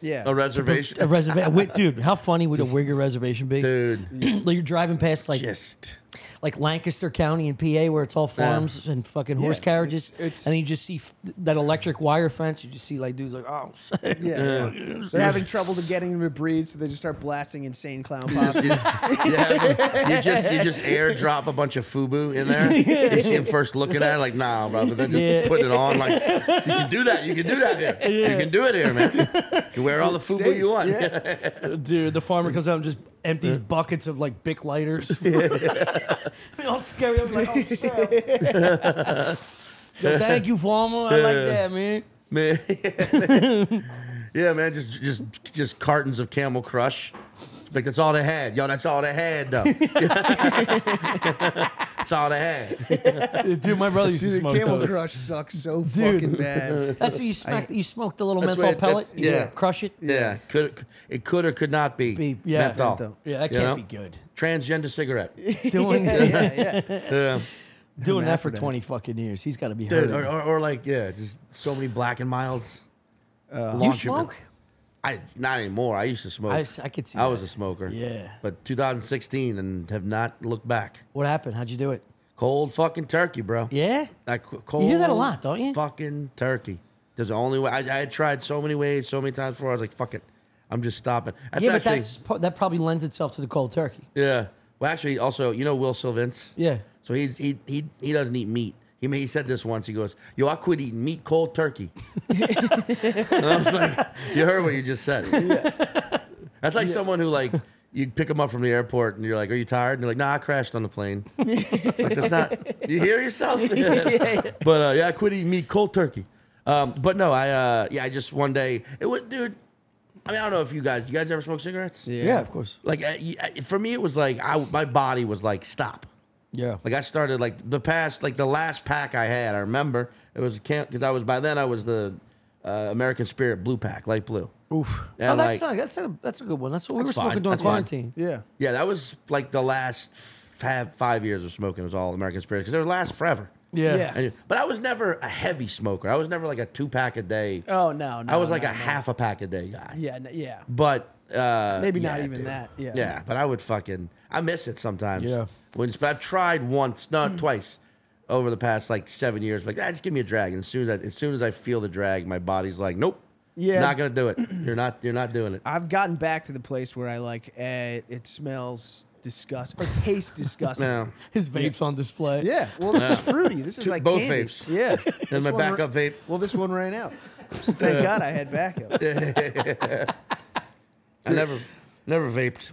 S3: yeah.
S2: A reservation,
S1: A reservation, dude. How funny would a wigger reservation be?
S2: dude.
S1: Like you're driving past like
S2: Just
S1: like Lancaster County in PA, where it's all farms and fucking horse
S3: Yeah,
S1: carriages,
S3: it's- it's-
S1: and then you just see f- that electric wire fence. You just see like dudes like, oh, shit.
S3: yeah. They're having trouble to getting them to breed, so they just start blasting insane clown posse.
S2: you, just, you have- you just you just airdrop a bunch of FUBU in there. You see him first looking at it like, nah, bro. But then just
S1: Yeah.
S2: putting it on like, you can do that. You can do that here. You can do it here, man. You can wear all the FUBU
S3: safe,
S2: you want.
S1: dude, the farmer comes out and just empties buckets of like bic lighters. they all scary. I'm like, oh shit. Yo, thank you, farmer. I like that, man.
S2: man. yeah, man. Just just just cartons of Camel Crush. Like that's all they had, yo. That's all they had, though. that's all they had.
S1: Dude, my brother used to
S3: Dude,
S1: smoke
S3: Camel
S1: those.
S3: Crush sucks so fucking bad.
S1: That's what you smack. you smoke the little
S2: That's
S1: menthol
S2: what it-
S1: pellet.
S2: that-
S1: you
S2: yeah.
S1: crush it.
S2: Yeah, could it could or could not be,
S1: Be- yeah.
S2: menthol.
S3: Menthol.
S1: Yeah, that
S2: You
S1: can't
S2: know?
S1: be good.
S2: Transgender cigarette,
S1: Doing
S3: yeah, yeah.
S1: doing that for
S3: Hermaphrodite.
S1: twenty fucking years. He's got to be
S2: dude,
S1: hurt.
S2: or, or, or like yeah, just so many black and milds.
S1: you
S2: Launch it, man.
S1: smoke?
S2: I not anymore. I used to smoke.
S1: I,
S2: I,
S1: s- I could see. that.
S2: was a smoker.
S1: Yeah.
S2: but 2016 and have not looked back.
S1: What happened? How'd you do it?
S2: Cold fucking turkey, bro.
S1: Yeah.
S2: I qu- cold.
S1: You hear that a lot, don't you?
S2: Fucking turkey. There's the only way. I, I had tried so many ways, so many times before. I was like, fuck it. I'm just stopping. That's
S1: yeah, but
S2: actually,
S1: that's pro- that probably lends itself to the cold turkey.
S2: Yeah. Well, actually, also, you know Will Sylvins?
S1: Yeah.
S2: So he's, he, he, he doesn't eat meat. He, he said this once. He goes, Yo, I quit eating meat cold turkey. and I was like, You heard what you just said. That's like someone who, like, you pick them up from the airport and you're like, Are you tired? And they're like, Nah, I crashed on the plane. like, that's not, you hear yourself? But uh, yeah, I quit eating meat cold turkey. Um, but no, I, uh, yeah, I just one day, it would, dude, I mean, I don't know if you guys, you guys ever smoke cigarettes?
S1: Yeah, of course.
S2: like I, I- for me it was like I my body was like stop.
S1: Yeah.
S2: Like I started like the past like the last pack I had I remember it was camp because I was by then I was the uh, American Spirit blue pack light blue.
S1: Oof.
S2: And
S1: oh, that's
S2: like-
S1: not. That's a that's a good one. That's what we were
S2: That's
S1: smoking
S2: fine.
S1: during
S2: That's fine.
S1: quarantine.
S3: Yeah.
S2: Yeah, that was like the last five, five years of smoking was all American Spirit because they would last forever.
S1: Yeah.
S3: Yeah.
S2: And- but I was never a heavy smoker. I was never like a two pack a day.
S3: Oh no, no.
S2: I was like
S3: no,
S2: a
S3: no.
S2: half a pack a day guy.
S3: Yeah, n- yeah.
S2: But uh,
S3: Maybe
S2: yeah,
S3: not even
S2: dude.
S3: that. Yeah.
S2: Yeah, but I would fucking I miss it sometimes.
S1: Yeah.
S2: When but I've tried once, not twice, over the past like seven years. Like, ah, just give me a drag. And as soon as I, as soon as I feel the drag, my body's like, nope.
S3: Yeah.
S2: Not gonna do it. You're not. You're not doing it.
S3: I've gotten back to the place where I like eh, it smells disgust or taste disgusting.
S2: No.
S1: His vape's on display.
S3: Yeah. Well, this is fruity. This is
S2: Two-
S3: like
S2: both
S3: candy.
S2: vapes.
S3: Yeah.
S2: And
S3: This
S2: my
S3: one
S2: backup
S3: ra-
S2: vape.
S3: Well, this one ran out. So thank God I had backup.
S2: I never, never vaped.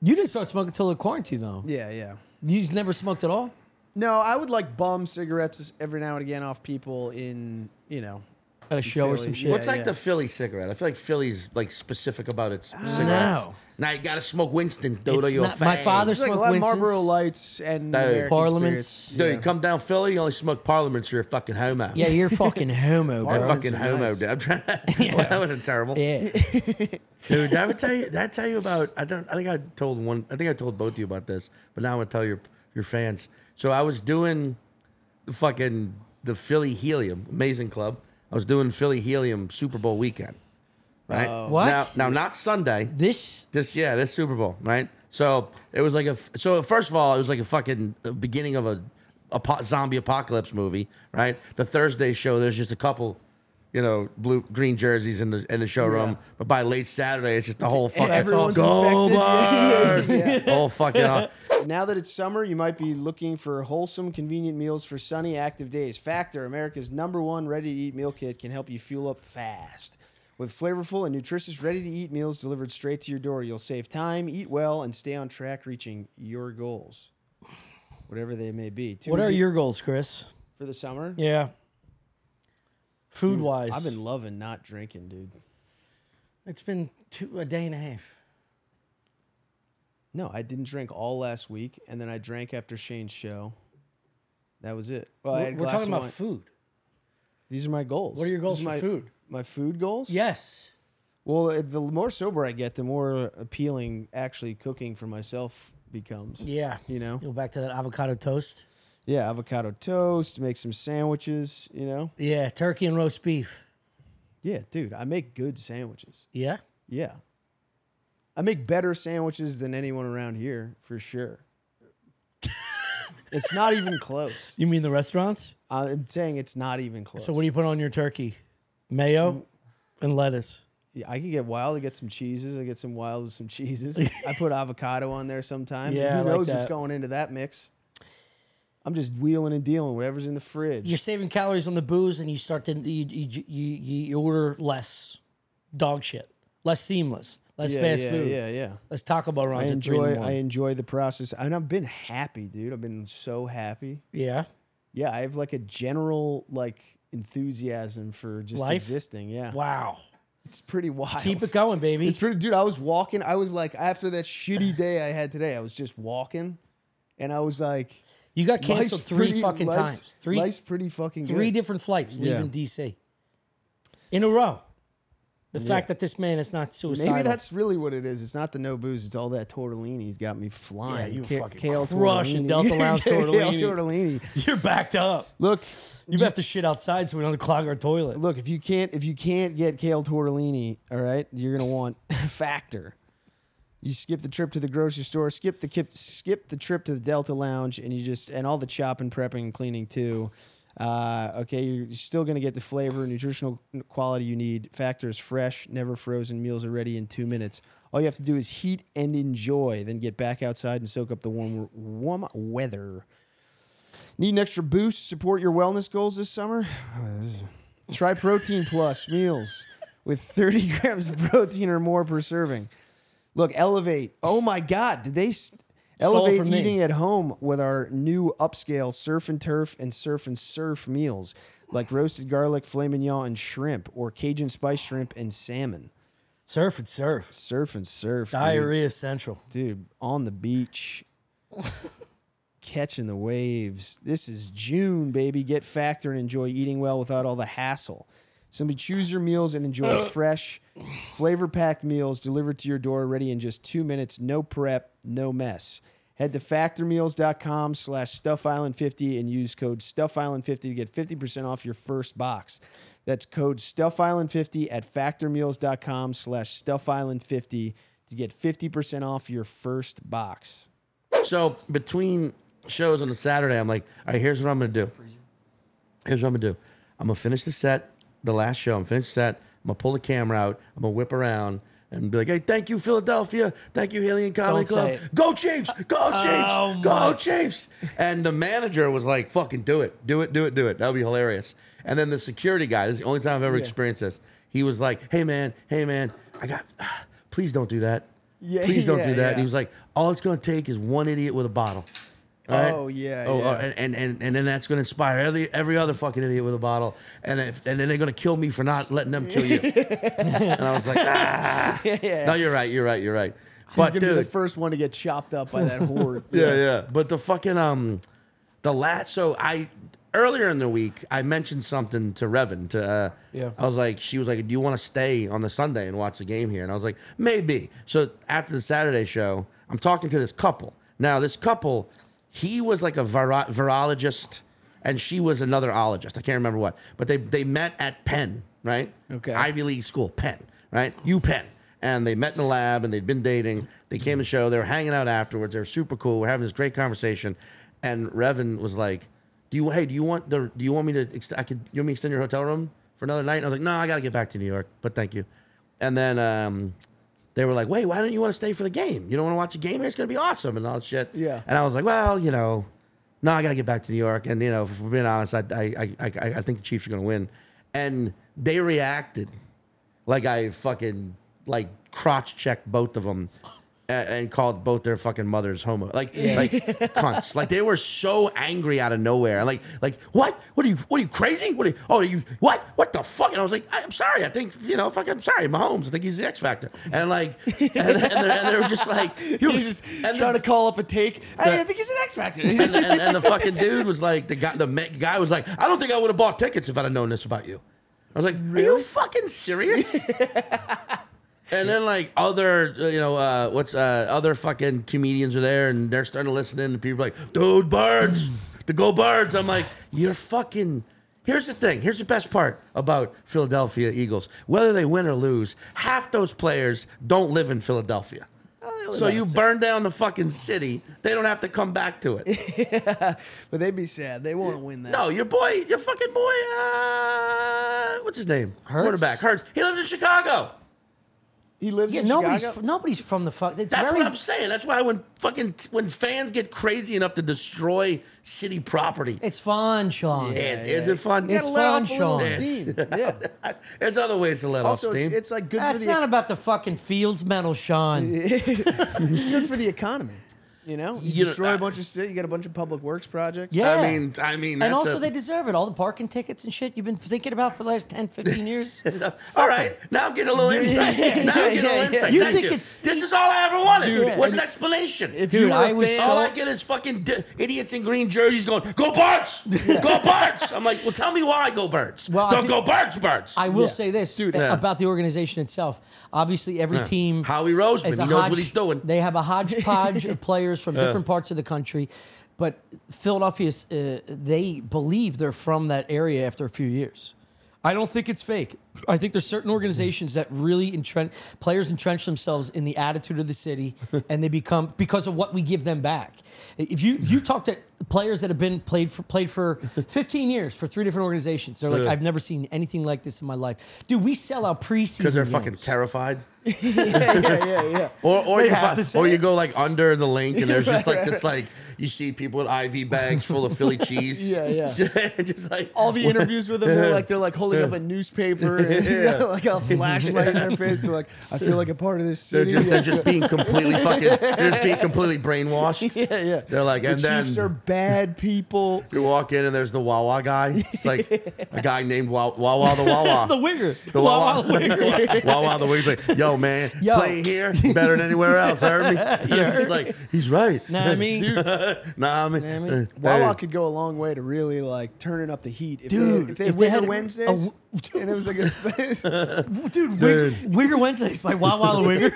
S1: You didn't start smoking till the quarantine though.
S3: Yeah, yeah.
S1: You just never smoked at all.
S3: No, I would like bum cigarettes every now and again off people in you know.
S1: At a show or
S3: Philly,
S1: some shit.
S3: yeah.
S2: What's like the Philly cigarette? I feel like Philly's like specific about its cigarettes.
S1: know.
S2: Now you gotta smoke Winston's, Dodo.
S1: It's
S2: Your
S1: not- my father-
S3: There's like a
S1: smoke
S3: lot
S1: Winston's?
S3: of Marlboro Lights and
S2: Dude.
S3: American
S1: Parliaments.
S3: Spirits.
S2: Dude, you come down Philly, you only smoke Parliaments. You're a fucking homo.
S1: Yeah, you're fucking homo,
S2: You're a
S1: bro.
S3: Parliaments
S2: fucking
S3: are
S2: homo,
S3: nice.
S2: dude. I'm trying to, well, that wasn't terrible.
S1: yeah.
S2: Dude, did I ever tell you? Did I tell you about? I don't. I think I told one. I think I told both of you about this, but now I'm gonna tell your your fans. So I was doing the fucking the Philly Helium, amazing club. I was doing Philly Helium Super Bowl weekend. Right.
S1: Oh. What?
S2: Now, now, not Sunday.
S1: This
S2: This yeah, this Super Bowl, right? So it was like a so first of all, it was like a fucking the beginning of a, a po- zombie apocalypse movie, right? The Thursday show, there's just a couple, you know, blue green jerseys in the in the showroom,
S3: Yeah.
S2: but by late Saturday, it's just the whole fucking
S3: everyone's
S2: Goldberg,
S3: infected. Yeah.
S2: whole fucking. uh,
S3: Now that it's summer, you might be looking for wholesome, convenient meals for sunny, active days. Factor, America's number one ready to eat meal kit, can help you fuel up fast. With flavorful and nutritious ready to eat meals delivered straight to your door, you'll save time, eat well, and stay on track reaching your goals, whatever they may be. Too
S1: what are
S3: easy
S1: your goals, Chris?
S3: for the summer?
S1: Yeah. Food wise.
S3: I've been loving not drinking, dude.
S1: it's been two a day and a half.
S3: No, I didn't drink all last week, and then I drank after Shane's show. That was it. Well, I
S1: We're,
S3: had a
S1: we're
S3: glass
S1: talking
S3: of
S1: about
S3: wine.
S1: food.
S3: These are my goals.
S1: What are your
S3: These
S1: goals for
S3: my,
S1: food?
S3: My food goals?
S1: Yes.
S3: Well, uh, the more sober I get, the more appealing actually cooking for myself becomes.
S1: Yeah.
S3: You know?
S1: Go back to that avocado toast.
S3: Yeah, avocado toast, make some sandwiches, you know?
S1: Yeah, turkey and roast beef.
S3: Yeah, dude, I make good sandwiches.
S1: Yeah.
S3: Yeah. I make better sandwiches than anyone around here, for sure. it's not even close.
S1: You mean the restaurants?
S3: I'm saying it's not even close.
S1: So what do you put on your turkey? Mayo and lettuce.
S3: Yeah, I could get wild. I get some cheeses. I get some wild with some cheeses. I put avocado on there sometimes.
S1: Yeah, I
S3: who
S1: like
S3: knows what's
S1: that.
S3: going into that mix? I'm just wheeling and dealing whatever's in the fridge.
S1: You're saving calories on the booze, and you start to you you you, you order less dog shit, less seamless, less
S3: yeah,
S1: fast
S3: yeah,
S1: food.
S3: yeah, yeah.
S1: Less Taco Bell
S3: I
S1: runs at three in
S3: enjoy.
S1: the
S3: I
S1: morning.
S3: enjoy the process, and I've been happy, dude. I've been so happy.
S1: yeah.
S3: Yeah, I have like a general like enthusiasm for just
S1: Life?
S3: existing. Yeah,
S1: Wow.
S3: it's pretty wild.
S1: Keep it going, baby.
S3: It's pretty, dude. I was walking. I was like, after that shitty day I had today, I was just walking, and I was like.
S1: you got canceled
S3: Life's
S1: three
S3: pretty-
S1: fucking
S3: life's-
S1: times. Three
S3: Life's pretty fucking
S1: three
S3: good.
S1: different flights
S3: Yeah.
S1: leaving DC in a row. The fact that this man is not suicidal.
S3: Maybe that's really what it is. It's not the no booze. It's all that tortellini's got me flying.
S1: Yeah, you
S3: Ca-
S1: fucking
S3: kale
S1: crushing
S3: tortellini.
S1: Delta Lounge
S3: Kale
S1: tortellini.
S3: tortellini.
S1: you're backed up.
S3: Look,
S1: You have to shit outside so we don't clog our toilet.
S3: look. If you can't, if you can't get kale tortellini, all right, you're gonna want Factor. You skip the trip to the grocery store, skip the kip, skip the trip to the Delta Lounge, and you just and all the chopping, prepping, and cleaning too. Uh, okay, you're you're still gonna get the flavor, and nutritional quality you need. Factor is fresh, never frozen. Meals are ready in two minutes. All you have to do is heat and enjoy, then get back outside and soak up the warm, warm weather. Need an extra boost? Support your wellness goals this summer? Try Protein Plus meals with 30 grams of protein or more per serving. Look, Elevate. Oh my God, did they s
S1: from
S3: Elevate
S1: me.
S3: eating at home with our new upscale surf and turf and surf and surf meals like roasted garlic, filet mignon, and shrimp, or Cajun spice shrimp and salmon.
S1: Surf and surf.
S3: Surf and surf. dude.
S1: Diarrhea central.
S3: Dude, on the beach, catching the waves. This is June, baby. Get Factor and enjoy eating well without all the hassle. Simply choose your meals and enjoy fresh, flavor packed meals delivered to your door ready in just two minutes. No prep, no mess. Head to factormeals.com slash stuffisland50 and use code stuffisland50 to get 50% off your first box. That's code stuffisland50 at factormeals.com slash stuffisland50 to get 50% off your first box.
S2: So between shows on the Saturday, I'm like, all right, here's what I'm gonna do. Here's what I'm gonna do. I'm gonna finish the set, the last show. I'm finished set. I'm gonna pull the camera out. I'm gonna whip around. and be like, "Hey, thank you, Philadelphia. Thank you, Haley and Comedy
S1: Don't
S2: Club.
S1: say it.
S2: Go Chiefs! Go Chiefs!
S1: Oh,
S2: Go
S1: my-
S2: Chiefs!" And the manager was like, "Fucking do it, do it, do it, do it. That'll be hilarious." And then the security guy. This is the only time I've ever experienced this. He was like, "Hey man, hey man, I got. Please don't do that.
S3: Yeah,
S2: please don't
S3: yeah,
S2: do that." And
S3: yeah.
S2: he was like, "All it's gonna take is one idiot with a bottle." All right?
S3: Oh, yeah,
S2: Oh,
S3: yeah.
S2: uh, and, and and and then that's gonna inspire every every other fucking idiot with a bottle, and if, and then they're gonna kill me for not letting them kill you. and I was like, ah. No, you're right. You're right. You're right. But
S3: He's
S2: dude,
S3: gonna be the first one to get chopped up by that horde.
S2: yeah, yeah. But the fucking um, the last. So I earlier in the week I mentioned something to Revan. To uh,
S1: Yeah.
S2: I was like, she was like, "Do you want to stay on the Sunday and watch the game here?" And I was like, "Maybe." So after the Saturday show, I'm talking to this couple. Now this couple, he was like a viro- virologist, and she was another ologist. I can't remember what, but they they met at Penn, right?
S3: Okay.
S2: I Ivy League school, Penn, right? UPenn. And they met in the lab and they'd been dating. They came to the show. They were hanging out afterwards. They were super cool. We're having this great conversation. And Revan was like, Do you hey, do you want the do you want me to ext- I could you want me to extend your hotel room for another night? And I was like, No, I gotta get back to New York, but thank you. And then um they were like, Wait, why don't you want to stay for the game? You don't want to watch a game here? It's gonna be awesome and all that shit.
S3: Yeah.
S2: And I was like, Well, you know, no, I got to get back to New York. And, you know, if we're being honest, I, I, I, I, I think the Chiefs are going to win. And they reacted like I fucking, like, crotch checked both of them and, and called both their fucking mothers homo. Like, like cunts. Like, they were so angry out of nowhere. And, like, like what? What are you, what are you crazy? What are you, oh, are you, what? What the fuck? And I was like, I'm sorry. I think, you know, fuck, I'm sorry. Mahomes, I think he's the X Factor. And, like, and, and, they and they were just like,
S3: You're just
S2: and
S3: trying
S2: the-
S3: to call up a take. hey, I think he's an X Factor.
S2: and, and, and the fucking dude was like, the guy, the me- guy was like, I don't think I would have bought tickets if I'd have known this about you. I was like, Are you fucking serious? and then like other, uh, you know, uh, what's uh, other fucking comedians are there, and they're starting to listen in, and people are like, dude, birds, the go birds. I'm like, you're fucking. Here's the thing. Here's the best part about Philadelphia Eagles. Whether they win or lose, half those players don't live in Philadelphia. So you burn down the fucking city, they don't have to come back to it.
S3: but they'd be sad. They won't win that.
S2: No, your boy, your fucking boy, uh, what's his name?
S1: Hurts?
S2: Quarterback, Hurts. He lived in Chicago.
S3: he lives
S1: Yeah,
S3: in
S1: nobody's
S3: Chicago.
S1: nobody's from the fuck. It's
S2: That's
S1: very
S2: what I'm saying. That's why when fucking when fans get crazy enough to destroy city property,
S1: it's fun, Sean.
S2: and is it fun?
S3: You
S1: It's
S3: gotta let off
S1: fun,
S3: a little
S1: Sean.
S3: steam. Yeah.
S2: There's other ways to let
S3: also,
S2: off
S3: it's,
S2: steam.
S3: it's like good for
S1: That's
S3: the
S1: not about the fucking Fields medal, Sean.
S3: it's good for the economy. You know, you,
S2: You know,
S3: destroy
S2: I-
S3: a bunch of shit. You got a bunch of public works projects.
S1: Yeah.
S2: I mean, I mean, that's
S1: and also,
S2: a-
S1: they deserve it. All the parking tickets and shit you've been thinking about for the last 10, 15 years.
S2: all right. Now I'm getting a little insight.
S1: yeah,
S2: now I'm
S1: yeah,
S2: getting a
S1: yeah.
S2: little insight.
S1: You
S2: Thank
S1: think
S2: you.
S1: it's-
S2: this is all I ever wanted.
S1: Dude,
S2: was
S1: I
S2: an explanation.
S3: If
S1: Dude,
S3: you were
S1: I
S3: a
S1: was
S3: fan,
S1: so-
S2: all I get is fucking di- idiots in green jerseys going, "Go birds, go birds." I'm like, well, tell me why go birds.
S1: Well, I
S2: Don't
S1: did-
S2: go birds, birds.
S1: I will
S3: Yeah.
S1: say this
S3: Dude,
S1: uh,
S2: yeah.
S1: about the organization itself. Obviously, every team.
S2: Howie Roseman,
S1: is
S2: he
S1: a
S2: knows what he's doing.
S1: They have a hodgepodge of players from different parts of the country, but Philadelphia, is, uh, they believe they're from that area after a few years. I don't think it's fake. I think there's certain organizations that really entrench players entrench themselves in the attitude of the city, and they become because of what we give them back. If you you talk to players that have been played for played for 15 years for three different organizations, they're like, I've never seen anything like this in my life, dude. We sell out preseason
S2: because they're
S1: games.
S2: fucking terrified.
S3: yeah, yeah, yeah, yeah.
S2: Or or you
S3: have
S2: fi-
S3: to say
S2: or you
S3: it.
S2: go like under the link and there's just like this like you see people with IV bags full of Philly cheese.
S3: Yeah, yeah.
S2: just like
S3: All the interviews with them, they're like they're like holding up a newspaper, and you know, like a flashlight in their face. They're like, I feel like a part of this
S2: They're
S3: city.
S2: just they're just being completely fucking they're just being completely brainwashed.
S3: yeah, yeah.
S2: They're like,
S3: the
S2: and then
S3: Chiefs are bad people.
S2: you walk in and there's the Wawa guy. It's like a guy named Wa- Wawa the Wawa.
S1: the wigger.
S2: The Wawa,
S1: Wawa wigger.
S2: Wawa the Wings, like, yo man,
S1: Yo.
S2: playing here better than anywhere else. Heard me? He's like, he's right.
S1: Nah, I mean,
S2: Nah, I mean,
S1: I mean,
S3: Wawa could go a long way to really like turning up the heat. If
S1: Dude,
S3: they, if they
S1: if they
S3: had Wigger
S1: had a-
S3: Wednesdays,
S1: a w-
S3: and it was like a space.
S1: dude, Wig- Wigger Wednesdays by Wawa the Wigger.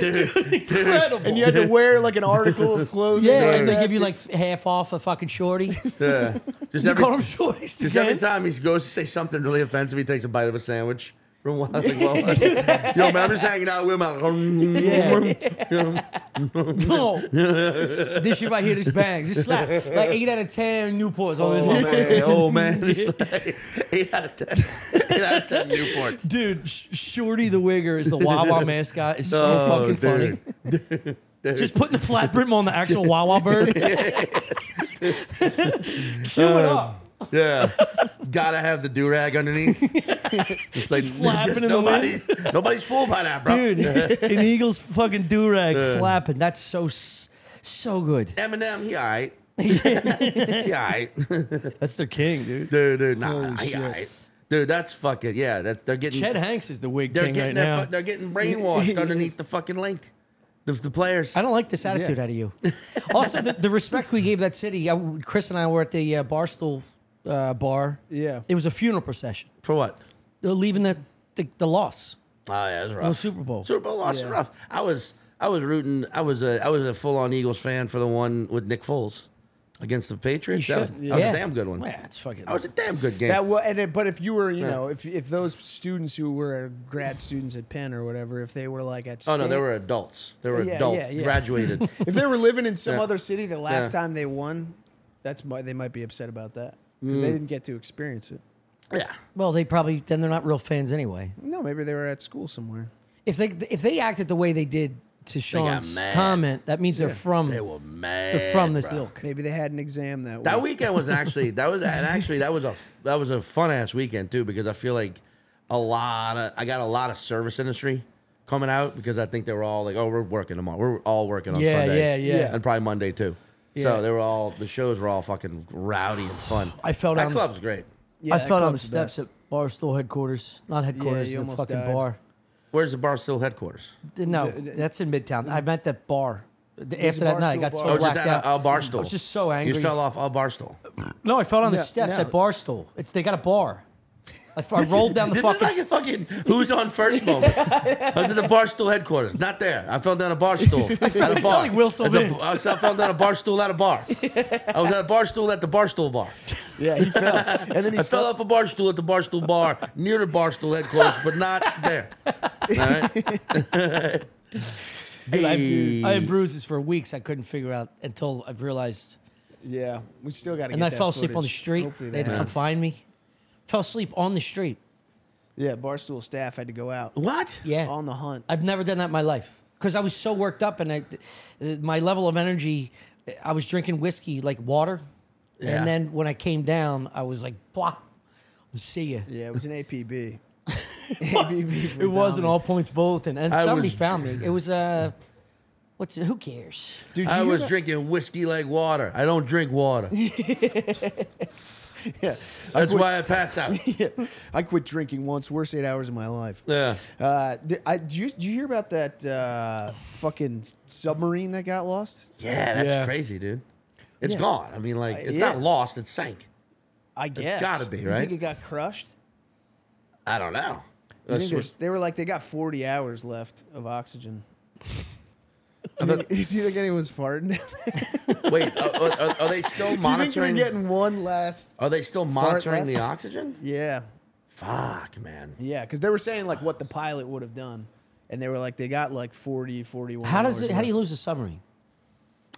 S2: dude, dude,
S1: Incredible.
S3: and you had to wear like an article of clothing.
S1: yeah,
S3: like
S1: and they
S3: that.
S1: give you like f- half off a fucking shorty.
S2: yeah. uh, Just
S1: They call
S2: every,
S1: them shorties.
S2: just
S1: again.
S2: every time he goes to say something really offensive, he takes a bite of a sandwich. From Wawa. like, Wawa. yo, man, I'm just hanging out with him. I'm Like,
S1: No. this shit right here, this bangs. This slap. Like 8 out of 10 Newports on
S2: oh
S1: this motherfucker.
S2: man, oh man, It's like, eight out of ten. Eight out of ten Newports.
S1: Dude, Sh- Shorty the Wigger is the Wawa mascot. It's so
S2: Oh,
S1: fucking funny.
S2: dude.
S1: Just putting the flat brim on the actual Wawa bird. Cue it
S2: Uh,
S1: up.
S2: Yeah. Gotta have the do rag underneath. It's like
S1: flapping in the wind.
S2: nobody's nobody's fooled by that, bro.
S1: Dude, an Eagles fucking do rag flapping. That's so s- so good.
S2: Eminem, he alright. he alright.
S1: That's their king, dude.
S2: Dude, dude, nah, he alright. Dude, that's fucking yeah. That they're getting
S1: Chet Hanks is the wig
S2: they're
S1: king
S2: getting
S1: right
S2: their
S1: now.
S2: fu- they're getting brainwashed underneath the fucking link. The, the players.
S1: I don't like this attitude out of you. Also, the, the respect we gave that city. I, Chris and I were at the uh, Barstool uh, bar.
S3: Yeah.
S1: It was a funeral procession.
S2: For what?
S1: They were leaving the, the, the loss.
S2: Oh yeah, that's rough.
S1: No Super Bowl.
S2: Super Bowl loss
S3: Yeah.
S2: is rough. I was I was rooting. I was a I was a full on Eagles fan for the one with Nick Foles against the Patriots.
S1: You
S2: That,
S1: should.
S2: was, that was
S1: Yeah.
S2: a damn good one.
S1: Man, it's fucking.
S2: That was a damn good game.
S3: That wa and it, but if you were, you know, if if those students who were grad students at Penn or whatever, if they were like at
S2: oh no,
S3: state-
S2: they were adults. They were
S3: Yeah,
S2: adults.
S3: yeah, yeah.
S2: Graduated.
S3: if they were living in some
S2: Yeah.
S3: other city the last
S2: Yeah.
S3: time they won, that's my, they might be upset about that because
S1: Mm.
S3: they didn't get to experience it.
S2: yeah.
S1: Well, they probably then they're not real fans anyway.
S3: No, maybe they were at school somewhere.
S1: If they if they acted the way they did to Sean's
S2: mad.
S1: comment, that means they're from
S2: They were mad.
S1: they're from this
S2: bro.
S1: ilk.
S3: Maybe they had an exam that,
S2: That
S3: week.
S2: weekend was actually that was and actually that was a that was a fun ass weekend too because I feel like a lot of I got a lot of service industry coming out because I think they were all like oh we're working tomorrow we're all working on
S1: Yeah,
S2: Sunday
S1: yeah, yeah,
S3: Yeah.
S2: and probably Monday too so they were all the shows were all fucking rowdy and fun
S1: I fell
S2: that
S1: down-
S2: club was great
S3: Yeah,
S1: I
S3: that
S1: fell on the
S3: club's the
S1: steps
S3: best.
S1: at Barstool headquarters, not headquarters,
S3: you
S1: the
S3: almost
S1: fucking
S3: died.
S1: bar.
S2: where's the Barstool headquarters
S1: No, that's in Midtown. I meant that bar. After
S3: a
S1: that night, I
S3: Barstool
S1: got so
S3: bar.
S2: oh
S1: blacked
S2: just
S1: out.
S2: at a, a Barstool
S1: I was just so
S2: you
S1: angry.
S2: just fell off a Barstool
S1: no, I fell on the
S3: No,
S1: steps
S3: no.
S1: at Barstool. It's they got a bar. I, I rolled down the
S2: this
S1: fucking.
S2: is like a fucking who's on first moment. I was at the Barstool headquarters. Not there. I fell down a Barstool at a
S1: sound
S2: bar.
S1: like Wilson
S2: As a-
S1: Vince.
S2: I was- I fell down a Barstool at a bar. I was at a Barstool at the Barstool bar.
S3: yeah, he fell, and then he
S2: I fell off a Barstool at the Barstool bar near the Barstool headquarters, but not there. All right?
S1: Dude, I,
S2: Hey.
S1: I had bruises for weeks. I couldn't figure out until I've realized.
S3: Yeah, we still got to.
S1: And I fell asleep on the street. They had to come find me. Fell asleep on the street.
S3: Yeah, barstool staff had to go out
S2: What?
S1: Yeah.
S3: on the hunt.
S1: I've never done that in my life because I was so worked up and I, th- my level of energy, I was drinking whiskey like water.
S2: Yeah.
S1: And then when I came down, I was like, blah, see ya.
S3: Yeah, it was an APB. APB for
S1: It was an
S3: Dominic.
S1: all points bulletin. And
S2: I
S1: somebody
S2: was-
S1: found me. It was, uh, what's, who cares?
S3: Dude, you
S2: I
S3: hear
S2: was
S3: that?
S2: drinking whiskey like water. I don't drink water.
S3: Yeah,
S2: That's why I pass out.
S3: yeah. I quit drinking once. Worst eight hours of my life.
S2: Yeah.
S3: Uh, did, I, did, you, did you hear about that uh, fucking submarine that got lost?
S2: Yeah, that's
S1: Yeah.
S2: crazy, dude. It's
S3: Yeah.
S2: gone. I mean, like, it's
S3: yeah.
S2: not lost. It sank.
S3: I guess
S2: gotta be,
S3: You
S2: right?
S3: think it got crushed?
S2: I don't know.
S3: You
S2: That's
S3: think
S2: what-
S3: there's- they were like they got 40 hours left of oxygen. Do you, think, do you think anyone's farting? down there?
S2: Wait, are, are, are they still
S3: do you think they're
S2: monitoring?
S3: getting one last?
S2: are they still monitoring
S3: left?
S2: the oxygen?
S3: Yeah,
S2: Fuck, man.
S3: yeah, because they were saying like what the pilot would have done, and they were like they got like 40, 41.
S1: How does
S3: hours
S1: it, how do
S3: left.
S1: you lose a submarine?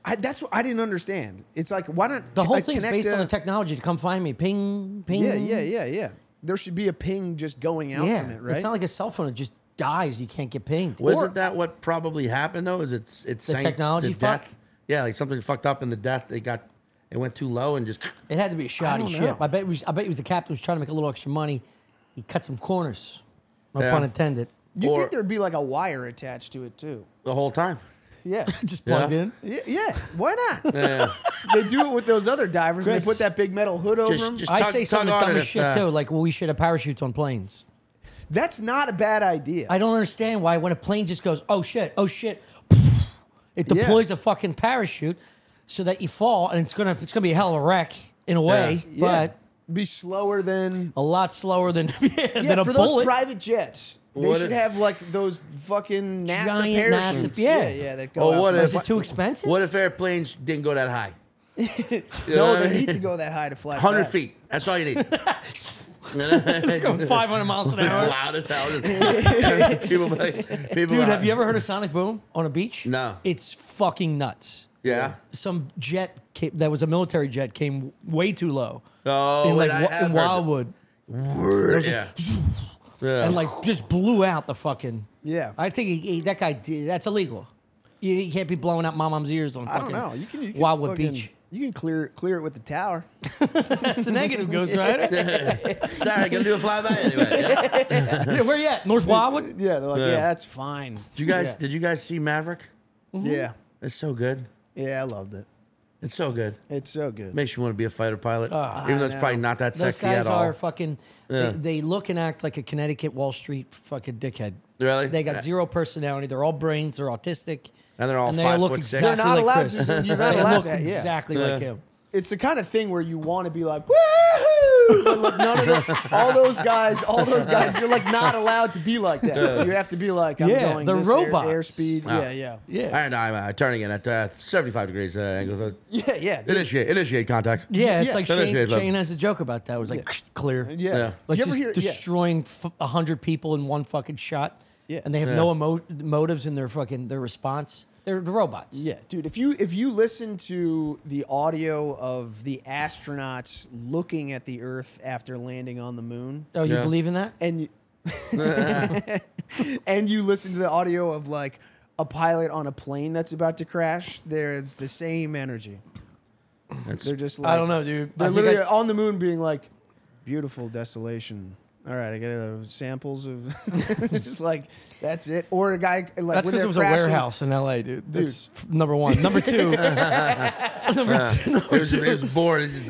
S3: I, that's what I didn't understand. It's like why not
S1: The whole
S3: like,
S1: thing's
S3: connect
S1: based
S3: a-
S1: on the technology to come find me. Ping, ping.
S3: Yeah, yeah, yeah, yeah. There should be a ping just going out
S1: Yeah.
S3: from it, right?
S1: It's not like a cell phone. It just dies. You can't get pinged.
S2: Wasn't that what probably happened though? Is it's it's
S1: The technology fuck?
S2: death? Yeah, like something fucked up in the death. They got it went too low and just
S1: It had to be a shoddy
S3: don't
S1: ship.
S3: know.
S1: I bet. It was, I bet it was the captain was trying to make a little extra money. He cut some corners. No
S2: Yeah.
S1: pun intended.
S3: you
S2: or-
S3: think there'd be like a wire attached to it too?
S2: the whole time.
S3: Yeah,
S1: Just plugged
S2: Yeah.
S1: in.
S3: yeah. yeah. Why not?
S2: Yeah.
S3: they do it with those other divers. and
S1: Chris.
S3: they put that big metal hood over them.
S2: just, just
S1: I
S2: tug-
S1: say
S2: tug
S1: some of the
S2: on it
S1: dumbest
S2: if,
S1: shit
S2: uh,
S1: too. Like well, we should have parachutes on planes.
S3: That's not a bad idea.
S1: I don't understand why when a plane just goes, oh shit, oh shit, it
S3: Yeah.
S1: deploys a fucking parachute so that you fall, and it's gonna it's gonna be a hell of a wreck in a way,
S3: Yeah.
S1: but
S3: be slower than
S1: a lot slower than yeah,
S3: yeah,
S1: than a
S3: for
S1: bullet.
S3: those private jets. They
S2: What
S3: should
S2: if-
S3: have like those fucking NASA
S1: Giant NASA-
S3: parachutes.
S1: yeah.
S3: yeah, yeah, that go.
S2: Well,
S3: out
S2: Oh, what
S3: from
S2: if-
S1: Is it too expensive?
S2: What if airplanes didn't go that high?
S3: the- no, they need to go that high to fly.
S2: Hundred
S3: fast.
S2: feet. That's all you need. it's
S1: Five hundred miles an hour.
S2: loud as hell. Just- people, people.
S1: Dude, have you ever heard of sonic boom on a beach?
S2: No.
S1: It's fucking nuts.
S2: Yeah.
S1: Some jet came, that was a military jet came way too low
S2: Oh,
S1: in like
S2: wait, I
S1: Wa- in
S2: have heard that.
S1: Wildwood.
S2: Word, yeah. Yeah.
S1: and like just blew out the fucking.
S3: Yeah.
S1: I think he, he, that guy did. That's illegal. You, you can't be blowing out my mom's ears on
S3: I don't
S1: fucking
S3: know. You can, you can
S1: Wildwood
S3: fucking-
S1: Beach.
S3: You can clear clear it with the tower.
S1: That's a negative, Ghost Rider.
S2: Sorry, gonna do a flyby anyway. Yeah.
S1: yeah, where you at? North Wildwood.
S3: Yeah, they're like,
S2: Yeah.
S3: yeah, that's fine.
S2: Did you guys? Did you guys see Maverick?
S3: Yeah,
S2: It's so good.
S3: yeah, I loved it.
S2: It's so good.
S3: It's so good.
S2: Makes you want to be a fighter pilot, even though it's
S3: know.
S2: probably not that
S1: Ah, Those
S2: sexy
S1: guys
S2: at all.
S1: are fucking. They, they look and act like a Connecticut Wall Street fucking dickhead.
S2: Really?
S1: They got zero personality. They're all brains. They're autistic.
S2: And they're all
S1: and they
S2: five
S1: look
S2: foot six.
S1: exactly
S3: They're not
S1: like
S3: allowed
S1: Chris.
S3: to- you're not
S1: they
S3: allowed
S1: look
S3: to- yeah.
S1: exactly like him.
S3: It's the kind of thing where you want to be like, woohoo! But like none of the, all those guys, all those guys, you're like not allowed to be like that. You have to be like, I'm
S1: Yeah,
S3: going
S1: they're
S3: this air-
S1: robots.
S3: airspead.
S2: Ah.
S3: Yeah, yeah,
S1: Yeah.
S2: All right, no, I'm uh, turning in at uh, 75 degrees uh, angle.
S3: yeah, yeah. dude.
S2: Initiate, initiate contact.
S1: Yeah, it's
S3: Yeah.
S1: like
S2: That is
S1: Shane,
S2: good, love.
S1: Shane has a joke about that. It was like clear.
S3: Yeah.
S2: Yeah.
S1: Like
S3: you
S1: just
S3: ever hear? yeah.
S1: destroying f- a hundred people in one fucking shot.
S3: Yeah.
S1: And they have no emo- motives in their fucking their response. They're the robots.
S3: Yeah, dude. If you if you listen to the audio of the astronauts looking at the Earth after landing on the moon,
S1: Oh, you
S2: Yeah.
S1: believe in that?
S3: and you, and you listen to the audio of like a pilot on a plane that's about to crash, there's the same energy.
S2: That's-
S3: They're just like
S1: I don't know, dude.
S3: They're
S1: I think I-
S3: literally uh, on the moon, being like, "Beautiful desolation." All right, I got uh, samples of. it's just like that's it. Or a guy like
S1: that's
S3: when
S1: because
S3: they're
S1: it was
S3: crashing,
S1: a warehouse in L.A., dude. That's f- number one. Number two. number two.
S2: Uh, It was, it was bored, and just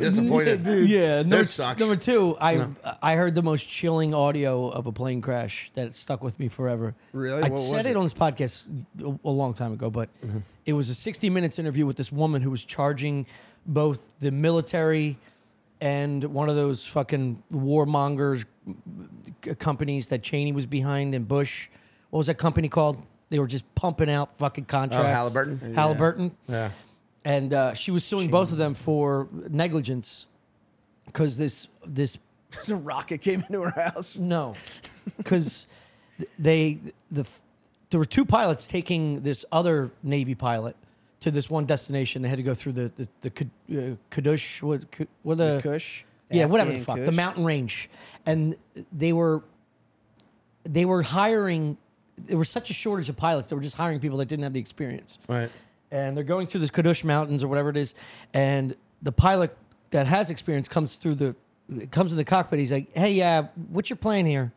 S2: disappointed.
S1: Yeah, number,
S2: this sucks.
S1: number two, I I heard the most chilling audio of a plane crash that stuck with me forever.
S3: Really?
S1: I
S3: What was
S1: said it?
S3: it?
S1: on this podcast a, a long time ago, but it was a 60 minutes interview with this woman who was charging both the military and one of those fucking warmongers c- uh, companies that Cheney was behind and Bush. What was that company called? They were just pumping out fucking contracts.
S2: Oh, Halliburton?
S1: Halliburton
S2: Yeah.
S1: and uh, she was suing both of them for negligence because this this
S3: a rocket came into her house.
S1: no because they the f- there were two pilots taking this other Navy pilot to this one destination. They had to go through the the, the Qu- uh, Quddush, what Qu- what uh, the,
S3: Kush.
S1: yeah whatever the
S3: Afghan
S1: fuck the
S3: Kush.
S1: mountain range, and they were they were hiring. There was such a shortage of pilots. They were just hiring people that didn't have the experience
S2: Right.
S1: and they're going through this Kadush Mountains or whatever it is, and the pilot that has experience comes through the comes in the cockpit. He's like, "Hey, yeah, what's your plan here?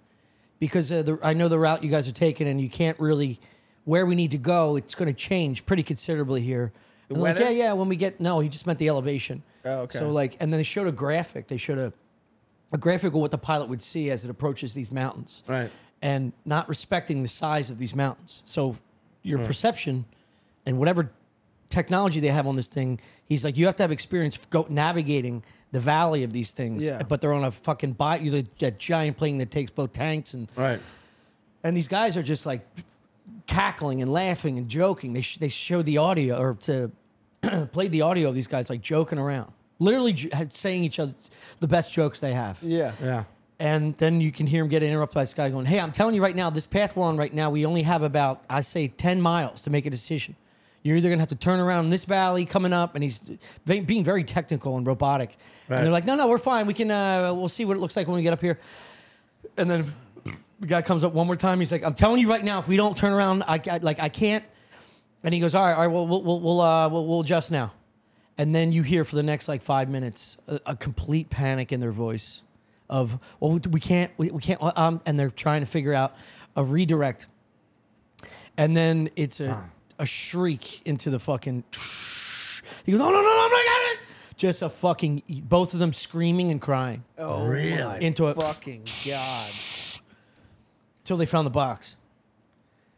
S1: Because uh, the, I know the route you guys are taking, and you can't really where we need to go. It's going to change pretty considerably here." And they're like,
S3: weather?
S1: yeah, yeah. When we get no, he just meant the elevation.
S3: Oh, okay.
S1: So like, and then they showed a graphic. They showed a a graphic of what the pilot would see as it approaches these mountains.
S2: Right.
S1: And not respecting the size of these mountains. So your
S3: Hmm.
S1: perception and whatever technology they have on this thing, he's like, you have to have experience go navigating the valley of these things.
S3: Yeah.
S1: But they're on a fucking bot, you the that giant plane that takes both tanks and
S2: Right.
S1: and these guys are just like cackling and laughing and joking. They sh- they showed the audio or to played the audio of these guys like joking around, literally j- had- saying each other the best jokes they have.
S3: Yeah.
S2: Yeah.
S1: And then you can hear him get interrupted by this guy going, Hey, I'm telling you right now, this path we're on right now, we only have about, I say, 10 miles to make a decision. You're either going to have to turn around in this valley coming up. And he's ve- being very technical and robotic. And they're like, No, no, we're fine. We can, uh, we'll see what it looks like when we get up here. And then the guy comes up one more time. He's like, I'm telling you right now, if we don't turn around, I, I like, I can't. And he goes, All right, all right, well, we'll, we'll, we'll, uh, we'll, we'll adjust now. And then you hear for the next like five minutes a, a complete panic in their voice of, well, we, we can't, we, we can't, um, and they're trying to figure out a redirect. And then it's a, a shriek into the fucking. He goes, oh, no, no, no, no, I got it. Just a fucking, both of them screaming and crying
S3: Oh,
S2: Really?
S1: into it
S3: Fucking god.
S1: till they found the box.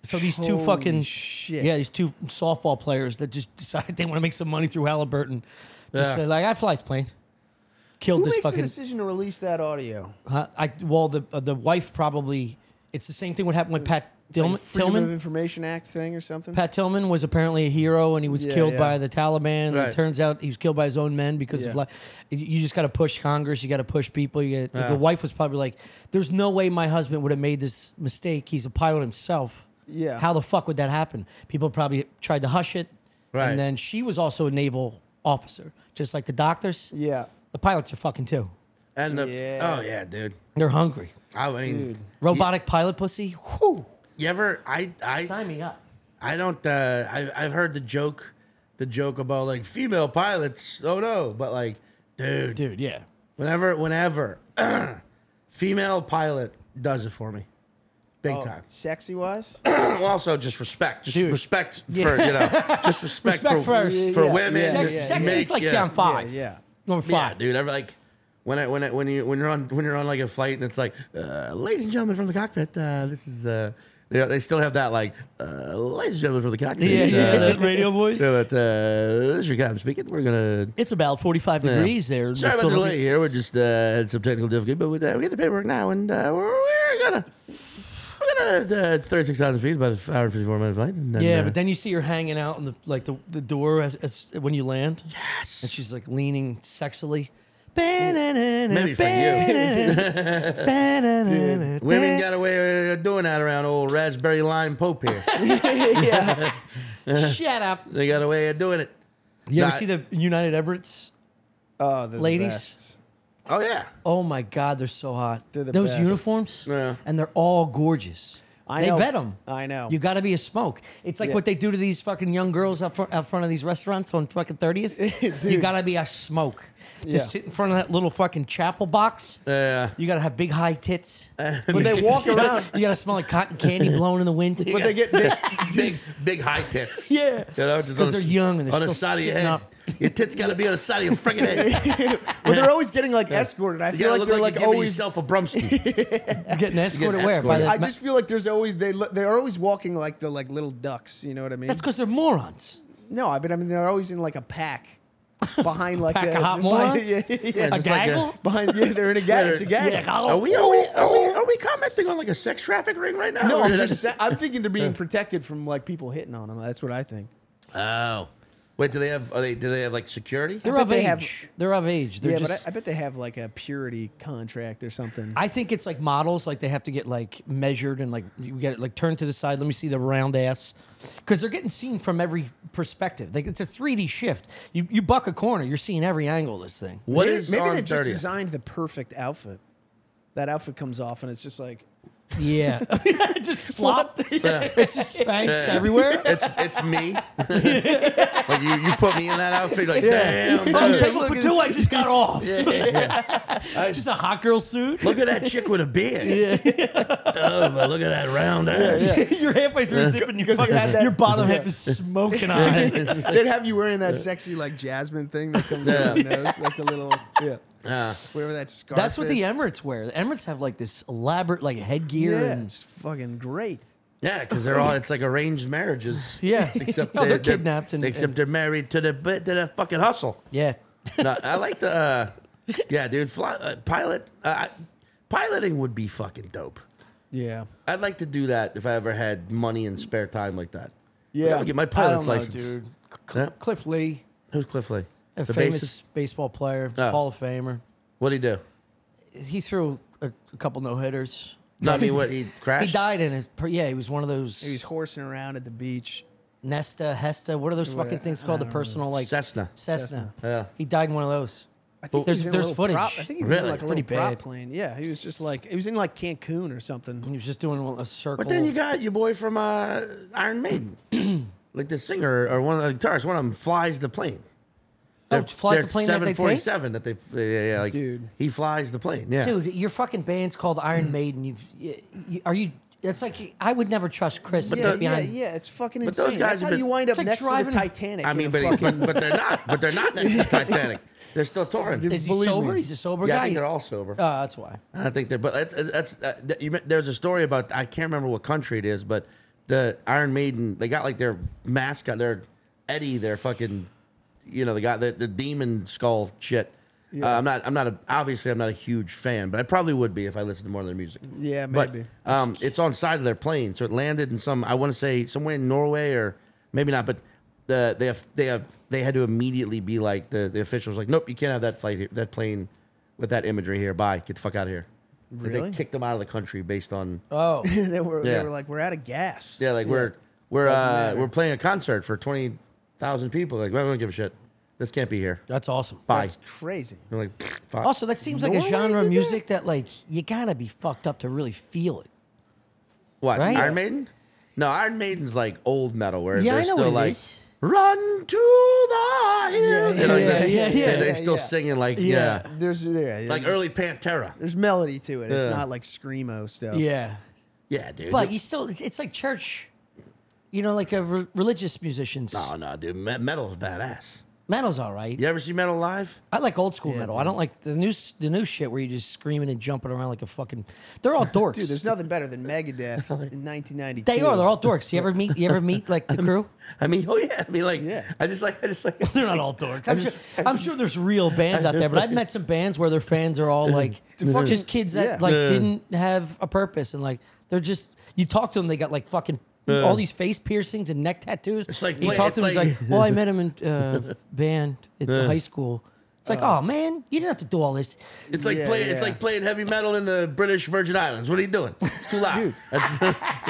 S1: So these two
S3: Holy
S1: fucking
S3: shit.
S1: yeah, these two softball players that just decided they want to make some money through Halliburton. Just
S2: Yeah.
S1: said, like I fly this plane, killed
S3: Who
S1: this
S3: makes the
S1: fucking.
S3: decision to release that audio?
S1: huh? I well the uh, the wife probably. It's the same thing what happened with Pat
S3: It's like
S1: Dillman,
S3: Freedom of
S1: Tillman.
S3: Information Act thing or something?
S1: Pat Tillman was apparently a hero, and he was
S3: Yeah,
S1: killed
S3: yeah.
S1: by the Taliban. And
S2: Right.
S1: it turns out he was killed by his own men because of
S3: Yeah.
S1: like, you just got to push Congress, you got to push people. You gotta, The wife was probably like, "There's no way my husband would have made this mistake. He's a pilot himself."
S3: yeah.
S1: How the fuck would that happen? People probably tried to hush it.
S2: Right.
S1: And then she was also a naval officer, just like the doctors.
S3: yeah.
S1: The pilots are fucking too.
S2: And the
S3: Yeah.
S2: oh yeah, dude.
S1: They're hungry.
S2: I mean,
S1: Robotic pilot pussy. Whew.
S2: you ever? I I
S1: Sign me up.
S2: I don't. Uh, I, I've heard the joke, the joke about like female pilots. Oh no, but like, dude,
S5: Dude, yeah.
S2: whenever, whenever, female pilot does it for me, big time.
S3: Oh, Sexy wise?
S2: also, just respect, just
S1: Oh. Dude.
S2: respect for you know, just respect,
S1: Respect
S2: for
S1: for- Yeah,
S2: for
S3: yeah,
S2: women.
S3: yeah,
S1: Sex,
S2: just
S3: yeah,
S1: sex
S3: yeah.
S1: is like
S2: yeah.
S1: down five.
S3: Yeah,
S1: Number
S2: Yeah,
S1: five.
S2: dude. Ever like when I when I, when you when you're on when you're on like a flight and it's like, uh, ladies and gentlemen from the cockpit, uh, this is. Uh, they, they still have that like, uh, ladies and gentlemen from the cockpit.
S1: Yeah, yeah,
S2: uh,
S1: that radio voice.
S2: So it's, uh, this is your guy I'm speaking. We're gonna.
S1: It's about 45
S2: yeah.
S1: degrees there. in
S2: Sorry about the
S1: Philadelphia.
S2: delay here. We just uh, had some technical difficulty, but we, uh, we get the paperwork now, and uh, we're, we're gonna. We're gonna uh, it's 36,000 feet, about an hour and 54 minute flight. And then,
S1: Yeah,
S2: uh,
S1: but then you see her hanging out in the like the, the door as, as, when you land. Yes. And she's like leaning sexily. Maybe
S2: for
S1: you.
S2: women got away with doing that around old raspberry lime pope here.
S3: yeah.
S1: Shut up.
S2: they got away with doing it.
S1: You ever
S2: Nah.
S1: see the United Emirates?
S3: Oh, they're
S1: Ladies?
S3: the best.
S2: Oh yeah,
S1: Oh my God, they're so hot.
S3: They're the
S1: Those
S3: best.
S1: uniforms,
S2: Yeah.
S1: and they're all gorgeous.
S3: I
S1: they
S3: know.
S1: vet them.
S3: I know.
S1: You got to be a smoke. It's like
S3: Yeah.
S1: what they do to these fucking young girls out front, out front of these restaurants on fucking thirtieth. you got to be a smoke.
S3: Yeah.
S1: Just sit in front of that little fucking chapel box.
S2: Yeah.
S1: You got to have big high tits.
S3: But they walk around.
S1: you got to smell like cotton candy blowing in the wind.
S3: But they get they,
S2: big, big high tits.
S1: yeah,
S2: You know, just on
S1: because they're
S2: the-
S1: young and they're
S2: on
S1: still
S2: the side of your
S1: sitting
S2: head.
S1: up.
S2: Your tits got to be on the side of your friggin' head.
S3: but they're always getting like escorted. I
S2: You
S3: feel
S2: gotta
S3: like
S2: look
S3: they're
S2: like,
S3: like,
S2: you're giving
S3: always.
S2: yourself a Brumsky.
S1: You're getting escorted where? By
S2: escorted.
S1: the,
S3: I just feel like there's always they look- they're always walking like the like little ducks. You know what I mean?
S1: that's because they're morons.
S3: no, I mean I mean they're always in like a pack behind like
S1: Pack
S3: a
S1: of hot
S3: behind-
S1: morons?
S3: Yeah, yeah, yeah.
S1: A
S2: just like a-
S1: gaggle.
S3: behind yeah they're in a gang. It's a gang.
S1: Yeah, I'll-
S2: are, we, are we are we are we commenting on like a sex traffic ring right now?
S3: No,
S2: Or
S3: I'm
S2: did I
S3: just sa- I'm thinking they're being protected from like people hitting on them. That's what I think.
S2: Oh, wait. Do they have? Are they? Do they have like security?
S1: They're
S3: bet
S1: of
S3: they
S1: age.
S3: have-
S1: They're of age. They're
S3: yeah,
S1: just,
S3: but I, I bet they have like a purity contract or something.
S1: I think it's like models, like they have to get like measured and like you get it like turned to the side. Let me see the round ass, because they're getting seen from every perspective. Like it's a 3D shift. You you buck a corner, you're seeing every angle of this thing.
S2: What
S3: maybe
S2: is
S3: maybe
S2: on
S3: they just
S2: 30th?
S3: designed the perfect outfit. That outfit comes off and it's just like
S1: Yeah, just slop. It's just spanks everywhere.
S2: It's it's me. like you, you put me in that outfit. Like damn.
S1: I'm
S2: dude.
S1: table for two. I just got off.
S2: I-
S1: Just a hot girl suit.
S2: Look at that chick with a beard. Oh, but look at that round ass.
S1: you're halfway through sipping. Your, fucking,
S3: had that-
S1: your bottom half is smoking hot.
S3: they'd have you wearing that sexy like jasmine thing that comes out your nose, like the little yeah, whatever that scarf.
S1: That's what the
S3: is.
S1: Emirates wear. The Emirates have like this elaborate like headgear
S3: Yeah,
S1: and
S3: it's fucking great.
S2: Yeah, because they're all it's like arranged marriages.
S1: Yeah.
S2: except
S1: No, they're kidnapped and-
S2: except
S1: and-
S2: they're married to the bit to the fucking hustle.
S1: yeah.
S2: no, I like the uh, yeah, dude. Fly, uh, pilot uh, I- piloting would be fucking dope.
S3: Yeah,
S2: I'd like to do that if I ever had money and spare time like that.
S3: Yeah.
S2: I'll get my
S1: I
S2: pilot's
S1: don't know,
S2: license.
S1: dude.
S2: Yeah.
S1: Cliff Lee,
S2: Who's Cliff Lee?
S1: a
S2: The
S1: famous
S2: bassist?
S1: baseball player,
S2: Oh.
S1: Hall of Famer.
S2: What'd he do?
S1: He threw a, a couple no hitters.
S2: No, I mean what he crashed.
S1: He died in his. per- Yeah, he was one of those
S3: he was horsing around at the beach.
S1: Nesta, Hesta. What are those fucking things called? The personal like
S2: Cessna.
S1: Cessna.
S2: Yeah.
S1: He died in one of those.
S3: I think he
S1: There's-
S3: was in a
S1: there's
S3: little prop-
S1: footage.
S3: I think he was in
S2: Really?
S3: like a
S1: Pretty
S3: little prop
S1: bad.
S3: plane. Yeah, he was just like he was in like Cancun or something.
S1: He was just doing a circle.
S2: But then you got your boy from uh, Iron Maiden, like the singer or one of the guitarists. One of them flies the plane.
S1: Oh, flies the plane that they take?
S2: 747 that they yeah, yeah like
S3: Dude.
S2: he flies the plane. Yeah. Mm.
S1: dude, your fucking band's called Iron Maiden. You've, you, you, are you? That's like I would never trust Chris. to
S3: Yeah,
S1: get
S3: yeah,
S1: behind.
S3: yeah. It's fucking
S2: But
S3: insane.
S2: those guys
S3: That's how
S2: have been-
S3: you wind up
S1: It's like
S3: next
S1: driving-
S3: to the Titanic.
S2: I
S3: in
S2: mean,
S3: a
S2: but,
S3: fucking,
S2: but but they're not. But they're not next to Titanic. They're still touring.
S1: Is he
S3: Believe
S1: sober?
S3: me.
S1: He's a sober
S2: yeah,
S1: guy.
S2: I think they're all sober.
S1: Oh, that's why.
S2: I think they're. But that's, that's uh, that- you, meant- there's a story about I can't remember what country it is, but the Iron Maiden they got like their mascot, their Eddie, their fucking, you know, they got the, the demon skull shit. Uh, I'm not. I'm not. A, obviously, I'm not a huge fan, but I probably would be if I listened to more of their music.
S3: Yeah,
S2: But,
S3: maybe.
S2: um, it's on side of their plane, so it landed in some. I want to say somewhere in Norway or maybe not, but the they have they have they had to immediately be like the the officials like, nope, you can't have that flight here, that plane with that imagery here. Bye, get the fuck out of here. Like,
S3: Really?
S2: They kicked them out of the country based on
S1: Oh,
S3: they were
S2: Yeah.
S3: they were like we're out of gas.
S2: yeah, like we're we're
S3: Doesn't
S2: uh,
S3: matter.
S2: we're playing a concert for twenty thousand people. Like, we don't give a shit. This can't be here.
S1: That's awesome.
S2: Bye.
S3: That's crazy.
S2: They're like, fuck.
S1: Also, that seems like a
S3: No way
S1: genre
S3: did
S1: of music that like you gotta be fucked up to really feel it.
S2: What?
S1: Right?
S2: Iron Maiden? No, Iron Maiden's like old metal where
S1: Yeah, I
S2: they're
S1: know
S2: still
S1: what it
S2: like
S1: is.
S2: run to the hill.
S3: Yeah,
S2: you
S1: yeah,
S2: know, they-
S1: yeah,
S2: they-
S1: yeah,
S2: They're
S3: yeah,
S2: still
S3: yeah.
S2: singing like yeah.
S1: Yeah.
S3: There's yeah,
S2: Like early Pantera.
S3: There's melody to it. It's
S2: Yeah.
S3: not like screamo stuff.
S1: Yeah,
S2: Yeah, dude.
S1: but you still it's like church. You know, like a re- religious musicians.
S2: no, oh, no, dude. Me- Metal's badass.
S1: Metal's all right.
S2: You ever see metal live?
S1: I like old school metal. I don't like the new s- the new shit where you're just screaming and jumping around like a fucking. They're all dorks.
S3: Dude, there's nothing better than Megadeth in 1992.
S1: they are. They're all dorks. You ever meet? You ever meet like the crew?
S2: I mean, oh yeah. I mean, like,
S3: Yeah.
S2: I just like, I just like.
S1: They're not all dorks. I'm,
S2: I'm
S1: sure,
S2: just-
S1: I'm sure there's real bands out there, but I've met some bands where their fans are all like
S3: fucking-
S1: just kids that
S3: Yeah.
S1: like didn't have a purpose and like they're just you talk to them, they got like fucking all these face piercings and neck tattoos. It's
S2: like
S1: you
S2: play-
S1: talk
S2: it's
S1: to them, he's
S2: like-
S1: like, "Well, I met him in uh, band. It's high school." It's like, "Oh man, you didn't have to do all this."
S2: Uh. It's like
S3: Yeah,
S2: playing. It's
S3: yeah.
S2: like playing heavy metal in the British Virgin Islands. What are you doing? It's too loud. That's it's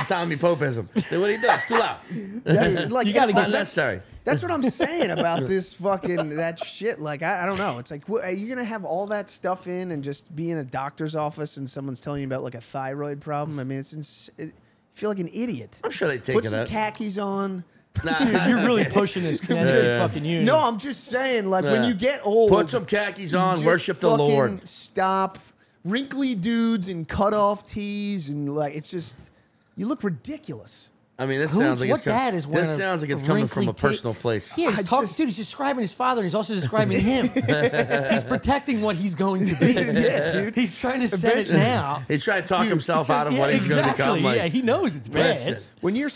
S2: a Tommy Popeism. Dude, What are you doing? It's too loud.
S3: That's, like,
S2: you gotta
S3: that's-
S2: get necessary.
S3: That's what I'm saying about this fucking that shit. Like I, I don't know. It's like what, you're gonna have all that stuff in and just be in a doctor's office and someone's telling you about like a thyroid problem. I mean, it's ins- it, you feel like an idiot.
S2: I'm sure they take
S3: Put
S2: it
S3: some
S2: up.
S3: khakis on.
S1: Dude, you're really pushing this Connecticut fucking union.
S3: No, I'm just saying. Like when
S2: Yeah.
S3: you get old,
S2: Put some khakis on.
S3: just
S2: Worship the
S3: fucking
S2: Lord.
S3: Stop. Wrinkly dudes and cut off tees and like it's just you look ridiculous.
S2: I mean, this
S1: Who's-
S2: sounds like
S1: what
S2: it's coming.
S1: dad is wearing
S2: This
S1: a
S2: sounds like it's coming from
S1: wrinkly
S2: a
S1: ta-
S2: personal place.
S1: Yeah, he's
S3: I
S1: talking,
S3: just-
S1: dude. He's describing his father, and he's also describing him. he's protecting what he's going to be.
S3: Yeah, dude.
S1: He's trying to set it
S3: Eventually-
S1: now.
S2: He tried to talk
S1: Dude,
S2: himself
S1: so-
S2: out of
S1: yeah,
S2: what he's
S1: exactly.
S2: going to become. Like,
S1: yeah, he knows it's
S2: listen,
S1: bad.
S3: When you're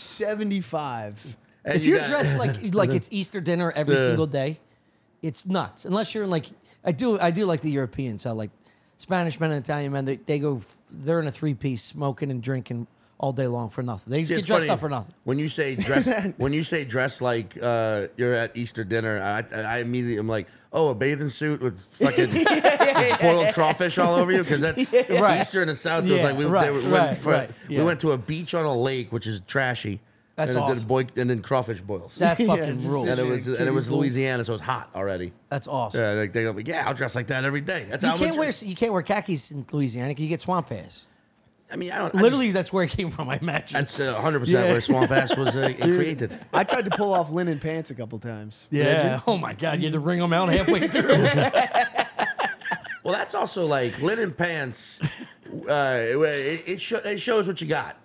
S3: 75,
S2: and
S1: If
S2: you
S1: you're
S2: got-
S1: dressed like like it's Easter dinner every
S2: Yeah.
S1: single day, it's nuts. Unless you're in like I do, I do like the Europeans. How like Spanish men and Italian men, they, they go, f- they're in a three piece, smoking and drinking all day long for nothing. They
S2: See,
S1: get
S2: it's
S1: dressed
S2: funny,
S1: up for nothing.
S2: When you say dress, when you say dress like uh, you're at Easter dinner, I, I immediately am like, oh, a bathing suit with fucking boiled crawfish all over you because that's
S1: Right.
S2: Easter in the South. it was
S1: Yeah,
S2: like we,
S1: right,
S2: they were- went,
S1: right,
S2: for-
S1: right,
S2: we
S1: yeah.
S2: went to a beach on a lake, which is trashy.
S1: That's
S2: and then-
S1: awesome.
S2: Then boy, and then crawfish boils.
S1: That
S3: Yeah,
S1: fucking
S3: just
S1: rules.
S2: and it
S3: is
S2: was
S3: a
S2: and it was
S3: kiddie pool.
S2: Louisiana, so it's hot already.
S1: That's awesome.
S2: Yeah, like they go, yeah, I'll dress like that every day. That's how
S1: You
S2: I'm
S1: can't
S2: gonna
S1: wear
S2: dress."
S1: you can't wear khakis in Louisiana. 'cause You get swamp ass.
S2: I mean, I don't I just-
S1: Literally, that's where it came from. I imagine.
S2: That's uh, 100%
S1: Yeah.
S2: where Swamp Ass was uh, created.
S3: I tried to pull off linen pants a couple times.
S1: yeah. Oh my God, you had to wring them out halfway through.
S2: Well, that's also like linen pants. Uh, it, it, sho- it shows what you got.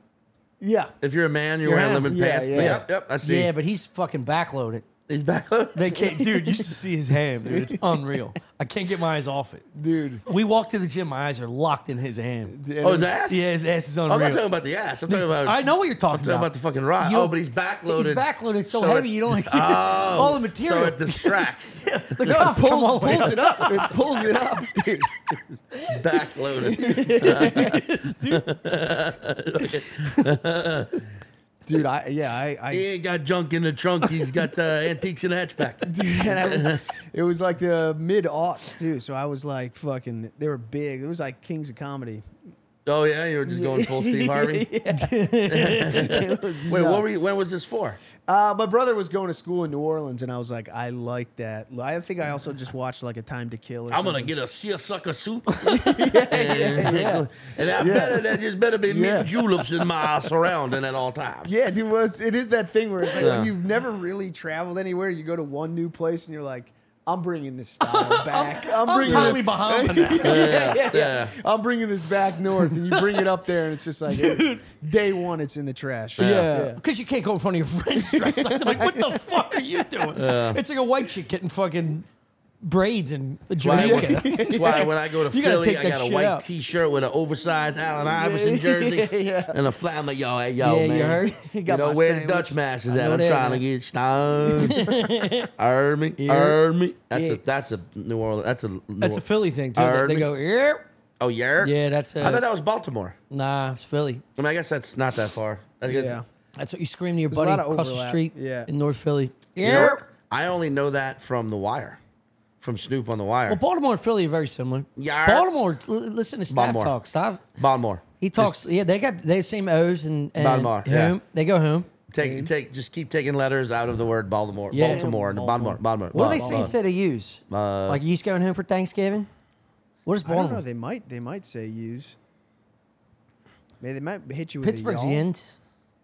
S3: Yeah.
S2: If you're a man, you're
S1: Your
S2: wearing
S1: hand.
S2: linen
S3: Yeah,
S2: pants. It's like,
S3: yeah.
S2: Yep, yep. I see.
S1: yeah, but he's fucking backloaded.
S2: he's back.
S5: They can't, dude. You should see his ham, dude. It's unreal. I can't get my eyes off it,
S3: Dude.
S5: We walk to the gym. My eyes are locked in his ham.
S2: oh, his ass. Oh,
S5: Yeah, his ass is
S2: I'm
S5: unreal.
S2: not talking about the ass. I'm talking about.
S1: I know what you're talking,
S2: I'm talking about the fucking rod.
S1: You-
S2: oh, but he's backloaded.
S1: He's backloaded so,
S2: So
S1: heavy
S2: it-
S1: you don't like
S2: Oh,
S1: all the material.
S2: So it distracts.
S1: the cuffs come all
S3: Pulls,
S1: the way
S3: pulls
S1: up.
S3: it up. It pulls it up, dude.
S2: backloaded.
S3: Dude, I yeah, I, I
S2: He ain't got junk in the trunk. He's got the antiques in the hatchback.
S3: dude, and I was, it was like the mid aughts too. So I was like fucking they were big. It was like Kings of Comedy.
S2: Oh yeah, you were just going full Steve Harvey. Wait, what were you, when was this for?
S3: Uh, my brother was going to school in New Orleans and I was like, I like that. I think I also just watched like a time to kill or
S2: I'm gonna
S3: something.
S2: get a seersucker soup. and, and I better that just better be
S3: Yeah.
S2: mint juleps in my surrounding at all times.
S3: Yeah, dude, well, it's, it is that thing where it's like
S2: Yeah.
S3: when you've never really traveled anywhere, you go to one new place and you're like, I'm bringing this style back. I'm,
S1: I'm
S3: bringing
S1: Tommy
S3: this.
S1: Bahama now.
S3: yeah, yeah, yeah,
S2: yeah.
S3: I'm bringing this back north, and you bring it up there, and it's just like day one, it's in the trash.
S5: Yeah.
S1: Because you can't go in front of your friends dressed like that. Like, what the fuck are you doing? It's like a white chick getting fucking braids in
S2: Why,
S1: Jamaica.
S2: when, that's why when I go to
S1: You gotta
S2: Philly,
S1: take
S2: I
S1: that
S2: got a
S1: shit
S2: white
S1: out.
S2: T-shirt with an oversized Allen Iverson jersey and a fly. I'm like, yo, hey, yo,
S1: Yeah, you
S2: man.
S1: heard?
S2: You
S3: Got
S2: know
S3: my
S2: where
S3: sandwich.
S2: the Dutch mash is at?
S1: know
S2: I'm
S1: that,
S2: trying to
S1: man.
S2: get stoned. Heard me, heard me. That's a that's a New Orleans. That's a New
S1: That's a
S2: Orleans-
S1: Philly thing too. that They
S2: Ireland.
S1: go, "Erp."
S2: Oh yeah,
S1: Yeah, that's
S2: I
S1: a-
S2: thought that was Baltimore.
S1: nah, it's Philly.
S2: I mean, I guess that's not that far. I guess-
S3: yeah.
S1: That's what you scream to your
S3: a
S1: buddy
S3: lot of
S1: across the
S3: overlap.
S1: street
S3: Yeah.
S1: in North Philly.
S2: You know what?
S1: Erp.
S2: I only know that from The Wire, from Snoop on The Wire.
S1: Well, Baltimore and Philly are very similar.
S2: Yeah.
S1: Baltimore, l- listen to Stav
S2: Baltimore.
S1: talk. Stav,
S2: Baltimore.
S1: he talks. yeah, they got they same O's and, and
S2: Baltimore,
S1: Whom,
S2: yeah.
S1: They go home.
S2: Take
S3: Pain.
S2: take just keep taking letters out of the word Baltimore.
S1: Yeah.
S2: Baltimore, and Baltimore. Baltimore.
S1: What do they say,
S2: Baltimore. Uh,
S1: say to use? like yeast going home for Thanksgiving? What is
S3: I don't know.
S1: Baltimore?
S3: They might. They might say use. Maybe they might hit you with
S1: Pittsburgh's
S3: a y'all.
S1: yins.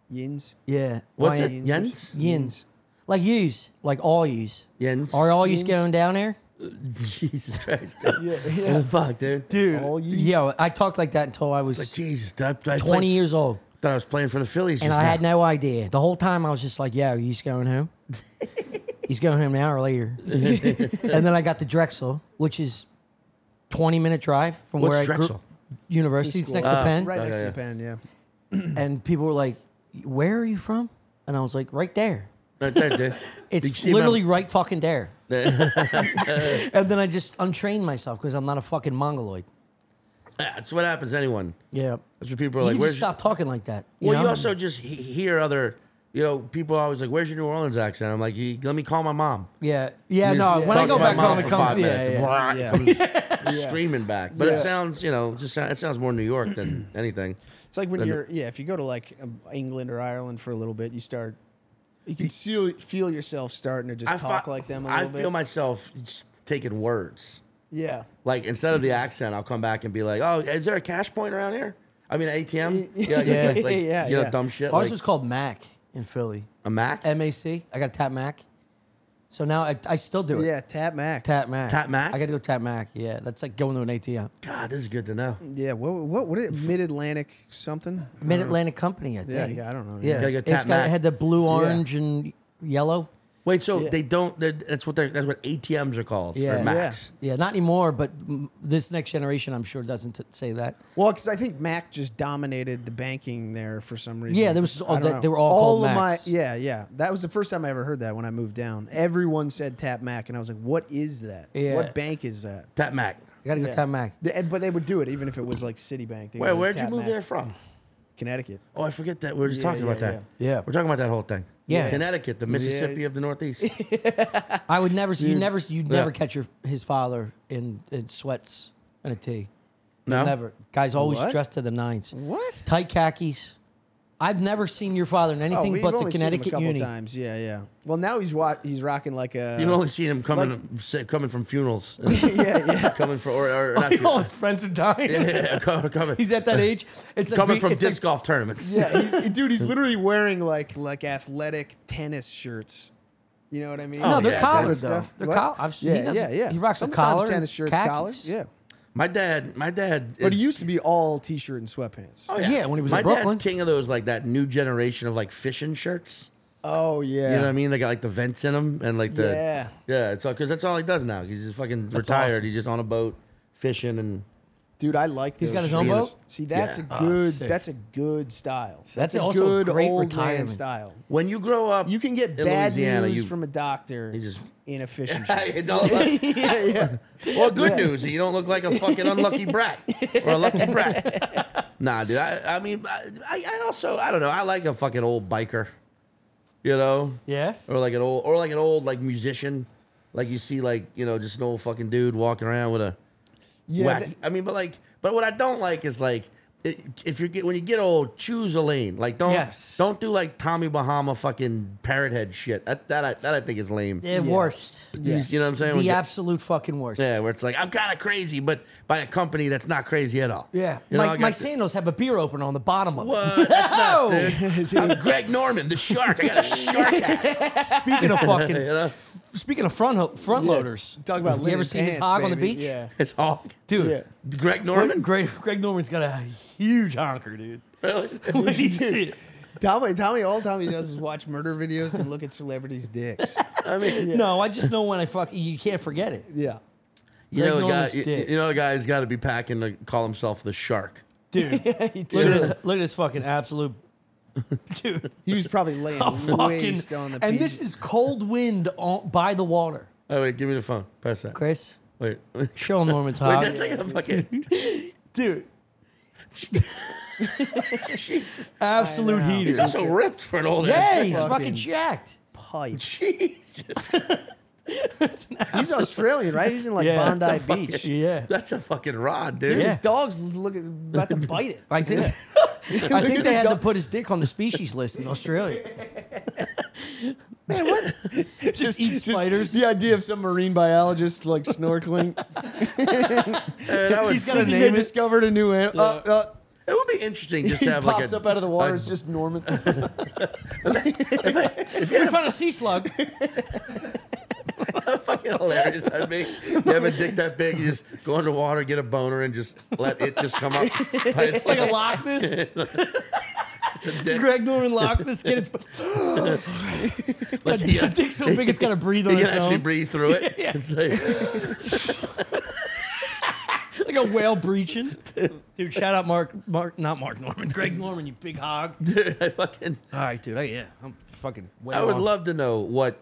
S3: Yins.
S1: Yeah.
S2: What's
S1: Why-
S2: it? Yens?
S1: Yins. Like yous. Like all yous.
S2: Yens.
S1: Are all yous
S3: Yins.
S1: going down there?
S2: Jesus Christ. Dude. Oh, fuck, dude.
S5: Dude,
S3: All yins.
S1: Yeah, I talked like that until I was
S2: Like, Jesus, did I, did I
S1: 20
S2: play-
S1: years old.
S2: Thought I was playing for the Phillies.
S1: And
S2: just
S1: I
S2: now.
S1: had no idea. The whole time I was just like, yeah, are you just going home? He's going home an hour later. and then I got to Drexel, which is 20 minute drive from
S2: What's
S1: where I grew
S2: Drexel? Ah,
S3: It's a
S1: University. It's
S3: school.
S1: next to Penn.
S3: Right
S2: Okay,
S3: next
S2: yeah.
S3: to Penn. Yeah.
S1: And people were like, where are you from? And I was like, right there.
S2: Right there, dude. Did you
S1: It's
S2: see my-
S1: literally right fucking there. and then I just untrained myself because I'm not a fucking mongoloid.
S2: That's what happens. to Anyone.
S1: Yeah.
S2: That's what people are
S1: You
S2: like.
S1: can
S2: Where's
S1: just stop talking like that. You
S2: Well, you
S1: know?
S2: also just he- hear other. You know, people are always like, "Where's your New Orleans accent?" I'm like, "You- "Let me call my mom."
S1: yeah, yeah,
S2: You
S1: no.
S2: just
S1: When I
S2: talk
S1: go
S2: to my
S1: back
S2: mom
S1: home, it
S2: for
S1: comes.
S2: five
S1: Yeah,
S2: minutes.
S1: yeah.
S2: Blah,
S3: Yeah.
S2: comes
S3: Yeah.
S2: screaming back. But it
S3: Yeah.
S2: sounds, you know, just sound- it sounds more New York than anything.
S3: It's like when
S2: Then-
S3: you're, yeah, if you go to like um, England or Ireland for a little bit, you start, you can feel, feel yourself starting to just
S2: I
S3: talk
S2: fi-
S3: like them a
S2: I
S3: little bit.
S2: feel myself just taking words.
S3: yeah.
S2: Like instead of the accent, I'll come back and be like, "Oh, is there a cash point around here?" I mean, ATM. Yeah, yeah, like, like,
S3: Yeah,
S2: You know,
S3: yeah.
S2: dumb shit.
S1: Ours
S2: like
S1: was called Mac in Philly.
S2: a Mac.
S1: MAC. I got to tap Mac. So now I, I still do it.
S3: Yeah. Tap Mac.
S1: Tap Mac.
S2: Tap Mac?
S1: I got to go tap Mac. Yeah, that's like going to an ATM.
S2: God, this is good to know.
S3: Yeah. What, what, what, mid Atlantic something?
S1: Mid Atlantic Company, I
S3: Yeah.
S1: think.
S3: Yeah. I don't know.
S1: Yeah.
S2: Gotta go
S1: It's
S2: Tap
S1: got,
S2: Mac.
S1: It had the blue, orange, and yellow.
S2: Wait, so
S3: Yeah.
S2: they don't? they're- That's what they're. That's what ATMs are called.
S1: Yeah.
S2: or Macs.
S1: Yeah, not anymore, but mm, this next generation, I'm sure, doesn't t- say that.
S3: Well, because I think Mac just dominated the banking there for some reason.
S1: Yeah, there was all-
S3: I don't
S1: that-
S3: know.
S1: they were all called
S3: of
S1: Macs.
S3: my. Yeah, yeah. That was the first time I ever heard that when I moved down. Everyone said Tap Mac, and I was like, "What is that?
S1: Yeah.
S3: What bank is that?"
S2: Tap Mac.
S1: I got to go
S3: Yeah.
S1: tap Mac.
S3: They- and- but they would do it even if it was like Citibank. They would
S2: Where
S3: do
S2: Where'd you
S3: Tap
S2: move
S3: Mac.
S2: there from?
S3: Connecticut.
S2: Oh, I forget that. We were just
S3: Yeah,
S2: talking
S3: yeah,
S2: about that.
S1: yeah. Yeah.
S2: We're talking about that whole thing.
S1: Yeah.
S2: Connecticut, the Mississippi of the Northeast.
S1: I would never, you never, you'd
S2: Yeah.
S1: never catch your his father in, in sweats and a tee.
S2: No?
S1: Never. Guys always
S3: What?
S1: dressed to the nines.
S3: What?
S1: Tight khakis. I've never seen your father
S2: Oh,
S1: in anything
S3: Oh, we've
S1: but the
S3: only seen him
S1: Connecticut
S3: a couple
S1: uni.
S3: times. Yeah, yeah. Well, now he's wa- he's rocking like a.
S2: You've only seen him coming sa- coming from funerals. yeah, yeah. Coming from or, or not
S5: you know
S2: funerals.
S5: his friends are dying.
S2: Yeah, co- coming
S5: He's at that age. It's like
S2: coming
S5: we-
S2: from
S5: it's like-
S2: disc golf tournaments.
S3: yeah, he's, dude, he's literally wearing like like athletic tennis shirts. You know what I mean?
S2: Oh,
S1: No, they're
S2: yeah,
S1: collared
S2: that's
S1: though.
S3: stuff.
S1: They're
S3: What?
S1: collar. I've seen. he
S3: Yeah, yeah,
S1: doesn't-
S3: yeah.
S1: He rocks
S3: Sometimes
S1: a collar,
S3: tennis shirts,
S1: khakis.
S3: collars. Yeah,
S2: My dad, my dad.
S3: but
S2: is,
S3: he used to be all t-shirt and sweatpants.
S2: Oh,
S1: Yeah, when he was
S2: my
S1: in Brooklyn.
S2: dad's king of those like that new generation of like fishing shirts.
S3: Oh yeah,
S2: You know what I mean? They got like the vents in them and like the
S3: Yeah.
S2: yeah. It's all because that's all he does now. He's just fucking retired.
S1: awesome.
S2: He's just on a boat fishing and
S3: dude, I like.
S1: He's
S3: those
S1: got his own
S3: shirts.
S1: boat?
S3: See, that's
S2: Yeah.
S3: a
S1: Oh,
S3: good.
S1: that's sick.
S3: that's a good style.
S1: That's
S3: a
S1: also a
S3: good
S1: great
S3: old man
S1: retirement.
S3: style.
S2: when you grow up,
S3: You can get
S2: in
S3: bad
S2: Louisiana,
S3: news
S2: you-
S3: from a doctor
S2: just-
S3: in a fishing shirt.
S2: It's all about- Well, good news, you don't look like a fucking unlucky brat or a lucky brat. Nah, dude. I, I mean, I, I also, I don't know. I like a fucking old biker, you know,
S1: Yeah.
S2: or like an old, or like an old like musician, like you see, like you know, just an old fucking dude walking around with a
S3: Yeah,
S2: wacky.
S3: th-
S2: I mean, but like, but what I don't like is like. i- If you get when you get old, choose a lane. Like don't
S1: Yes.
S2: don't do like Tommy Bahama fucking parrot head shit. That that I, that I think is lame.
S1: The worst.
S2: You- You know what I'm saying? When
S1: The
S2: you-
S1: absolute fucking worst.
S2: yeah, where it's like I'm kind of crazy, but by a company that's not crazy at all.
S1: Yeah.
S2: You know, I
S1: my
S2: got
S1: my
S2: the-
S1: sandals have a beer opener on the bottom of it.
S2: What? That's nuts, dude. I'm Greg Norman, the shark. I got a shark. hat.
S1: Speaking of fucking,
S2: You know?
S1: speaking of front ho- front loaders.
S3: Talk about
S1: you ever
S3: linen
S1: seen his
S3: pants,
S1: hog on the
S3: baby.
S1: beach?
S3: Yeah.
S2: It's all
S5: dude.
S3: Yeah.
S2: Greg
S5: Greg,
S2: Norman.
S5: Greg, Greg Norman's got a huge honker, dude.
S2: Really?
S5: When he did it.
S3: Tommy, Tommy, all Tommy does is watch murder videos and look at celebrities' dicks.
S2: I mean,
S1: No, I just know when I fuck. You can't forget it.
S3: Yeah.
S2: you know, a guy,
S1: Norman's
S2: you,
S1: dick.
S2: you know, a guy's got to be packing to call himself the shark.
S5: Dude, look, at his, look at his fucking absolute. Dude,
S3: He was probably laying
S5: a fucking.
S3: waste on the
S1: and
S3: beach.
S1: this is cold wind on, by the water.
S2: Oh wait, give me the phone. Press that.
S1: Chris,
S2: Wait, wait,
S1: show him Norman's hog.
S2: that's like a fucking.
S5: dude.
S1: Absolute
S3: I know.
S2: He's
S1: heater.
S2: also ripped for an old
S1: Yeah,
S2: ass.
S1: he's fucking
S3: Fucking-
S1: jacked.
S3: pipe.
S2: Jesus,
S3: He's Australian, right? He's in like
S5: Yeah.
S3: Bondi
S5: That's
S3: Beach.
S1: Yeah.
S2: that's a fucking rod, dude.
S3: His dog's look about to bite it.
S1: I did. I think they had to put his dick on the species list in Australia.
S3: just,
S1: eat spiders.
S3: the idea of some marine biologist like snorkeling.
S2: And I would,
S5: He's got a
S3: Thinking
S5: name.
S3: they
S5: it.
S3: discovered a new animal. Uh, uh,
S2: it would be interesting just
S3: he
S2: to have
S3: pops
S2: like a.
S3: up out of the water.
S2: a-
S3: it's just Norman.
S1: we found a sea slug.
S2: fucking hilarious. That'd be. You have a dick that big, you just go underwater, get a boner, and just let it just come up. by
S1: It's like a
S2: itself.
S1: Loch Ness.
S2: The dick.
S1: Greg Norman Loch Ness kid. It's
S2: Like,
S1: a,
S2: yeah.
S1: a dick so big it's got to breathe on
S2: You can
S1: its
S2: actually
S1: own.
S2: breathe through it.
S1: Yeah.
S2: It's like,
S1: Like a whale breaching. Dude, shout out Mark, Mark, not Mark Norman, Greg Norman, you big hog.
S2: dude, I fucking.
S1: All right, dude. I, yeah, I'm fucking. Whale
S2: I would
S1: on.
S2: love to know what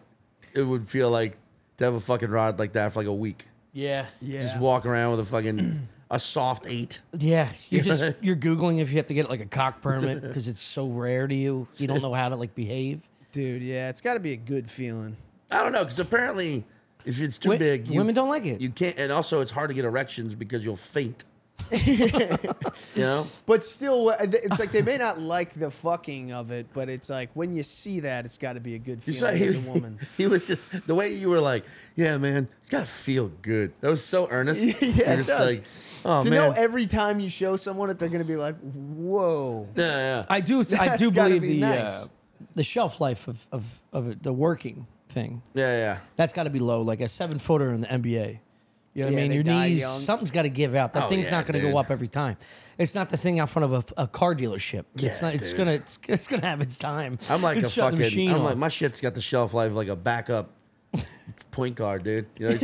S2: it would feel like to have a fucking rod like that for like a week.
S1: Yeah,
S3: yeah.
S2: Just walk around with a fucking a soft eight.
S1: yeah. You just you're googling if you have to get like a cock permit because it's so rare to you. You don't know how to like behave.
S3: Dude, yeah, it's got to be a good feeling.
S2: I don't know because apparently if it's too
S1: Wi-
S2: big, you,
S1: women don't like it.
S2: You can't, and also it's hard to get erections because you'll faint. you know,
S3: But still, uh, th- it's like they may not like the fucking of it, but it's like when you see that, it's got to be a good
S2: You
S3: feeling
S2: saw
S3: as
S2: he,
S3: a woman.
S2: he was just the way you were like, yeah, man, it's gotta feel good. That was so earnest.
S3: Yeah,
S2: You're
S3: it
S2: just
S3: does.
S2: like, oh
S3: to
S2: man,
S3: know every time you show someone it, they're going to be like, whoa.
S2: yeah, yeah.
S1: I do. I
S3: That's
S1: do
S3: gotta
S1: believe
S3: be
S1: the
S3: nice.
S1: uh, the shelf life of of, of it, the working thing.
S2: yeah, yeah.
S1: That's got to be low, like a seven footer in the NBA. You know what
S3: Yeah,
S1: I mean?
S3: they
S1: Your
S3: die
S1: knees,
S3: young.
S1: something's got to give out. That
S2: Oh,
S1: thing's
S2: yeah,
S1: not going to
S2: dude.
S1: go up every time. It's not the thing out front of a, a car dealership. it's
S2: Yeah,
S1: not. It's
S2: dude.
S1: gonna. It's, it's gonna have its time.
S2: I'm like
S1: It's
S2: a
S1: shutting the
S2: fucking.
S1: machine
S2: I'm
S1: off.
S2: like my shit's got the shelf life of like a backup point guard, dude. You know,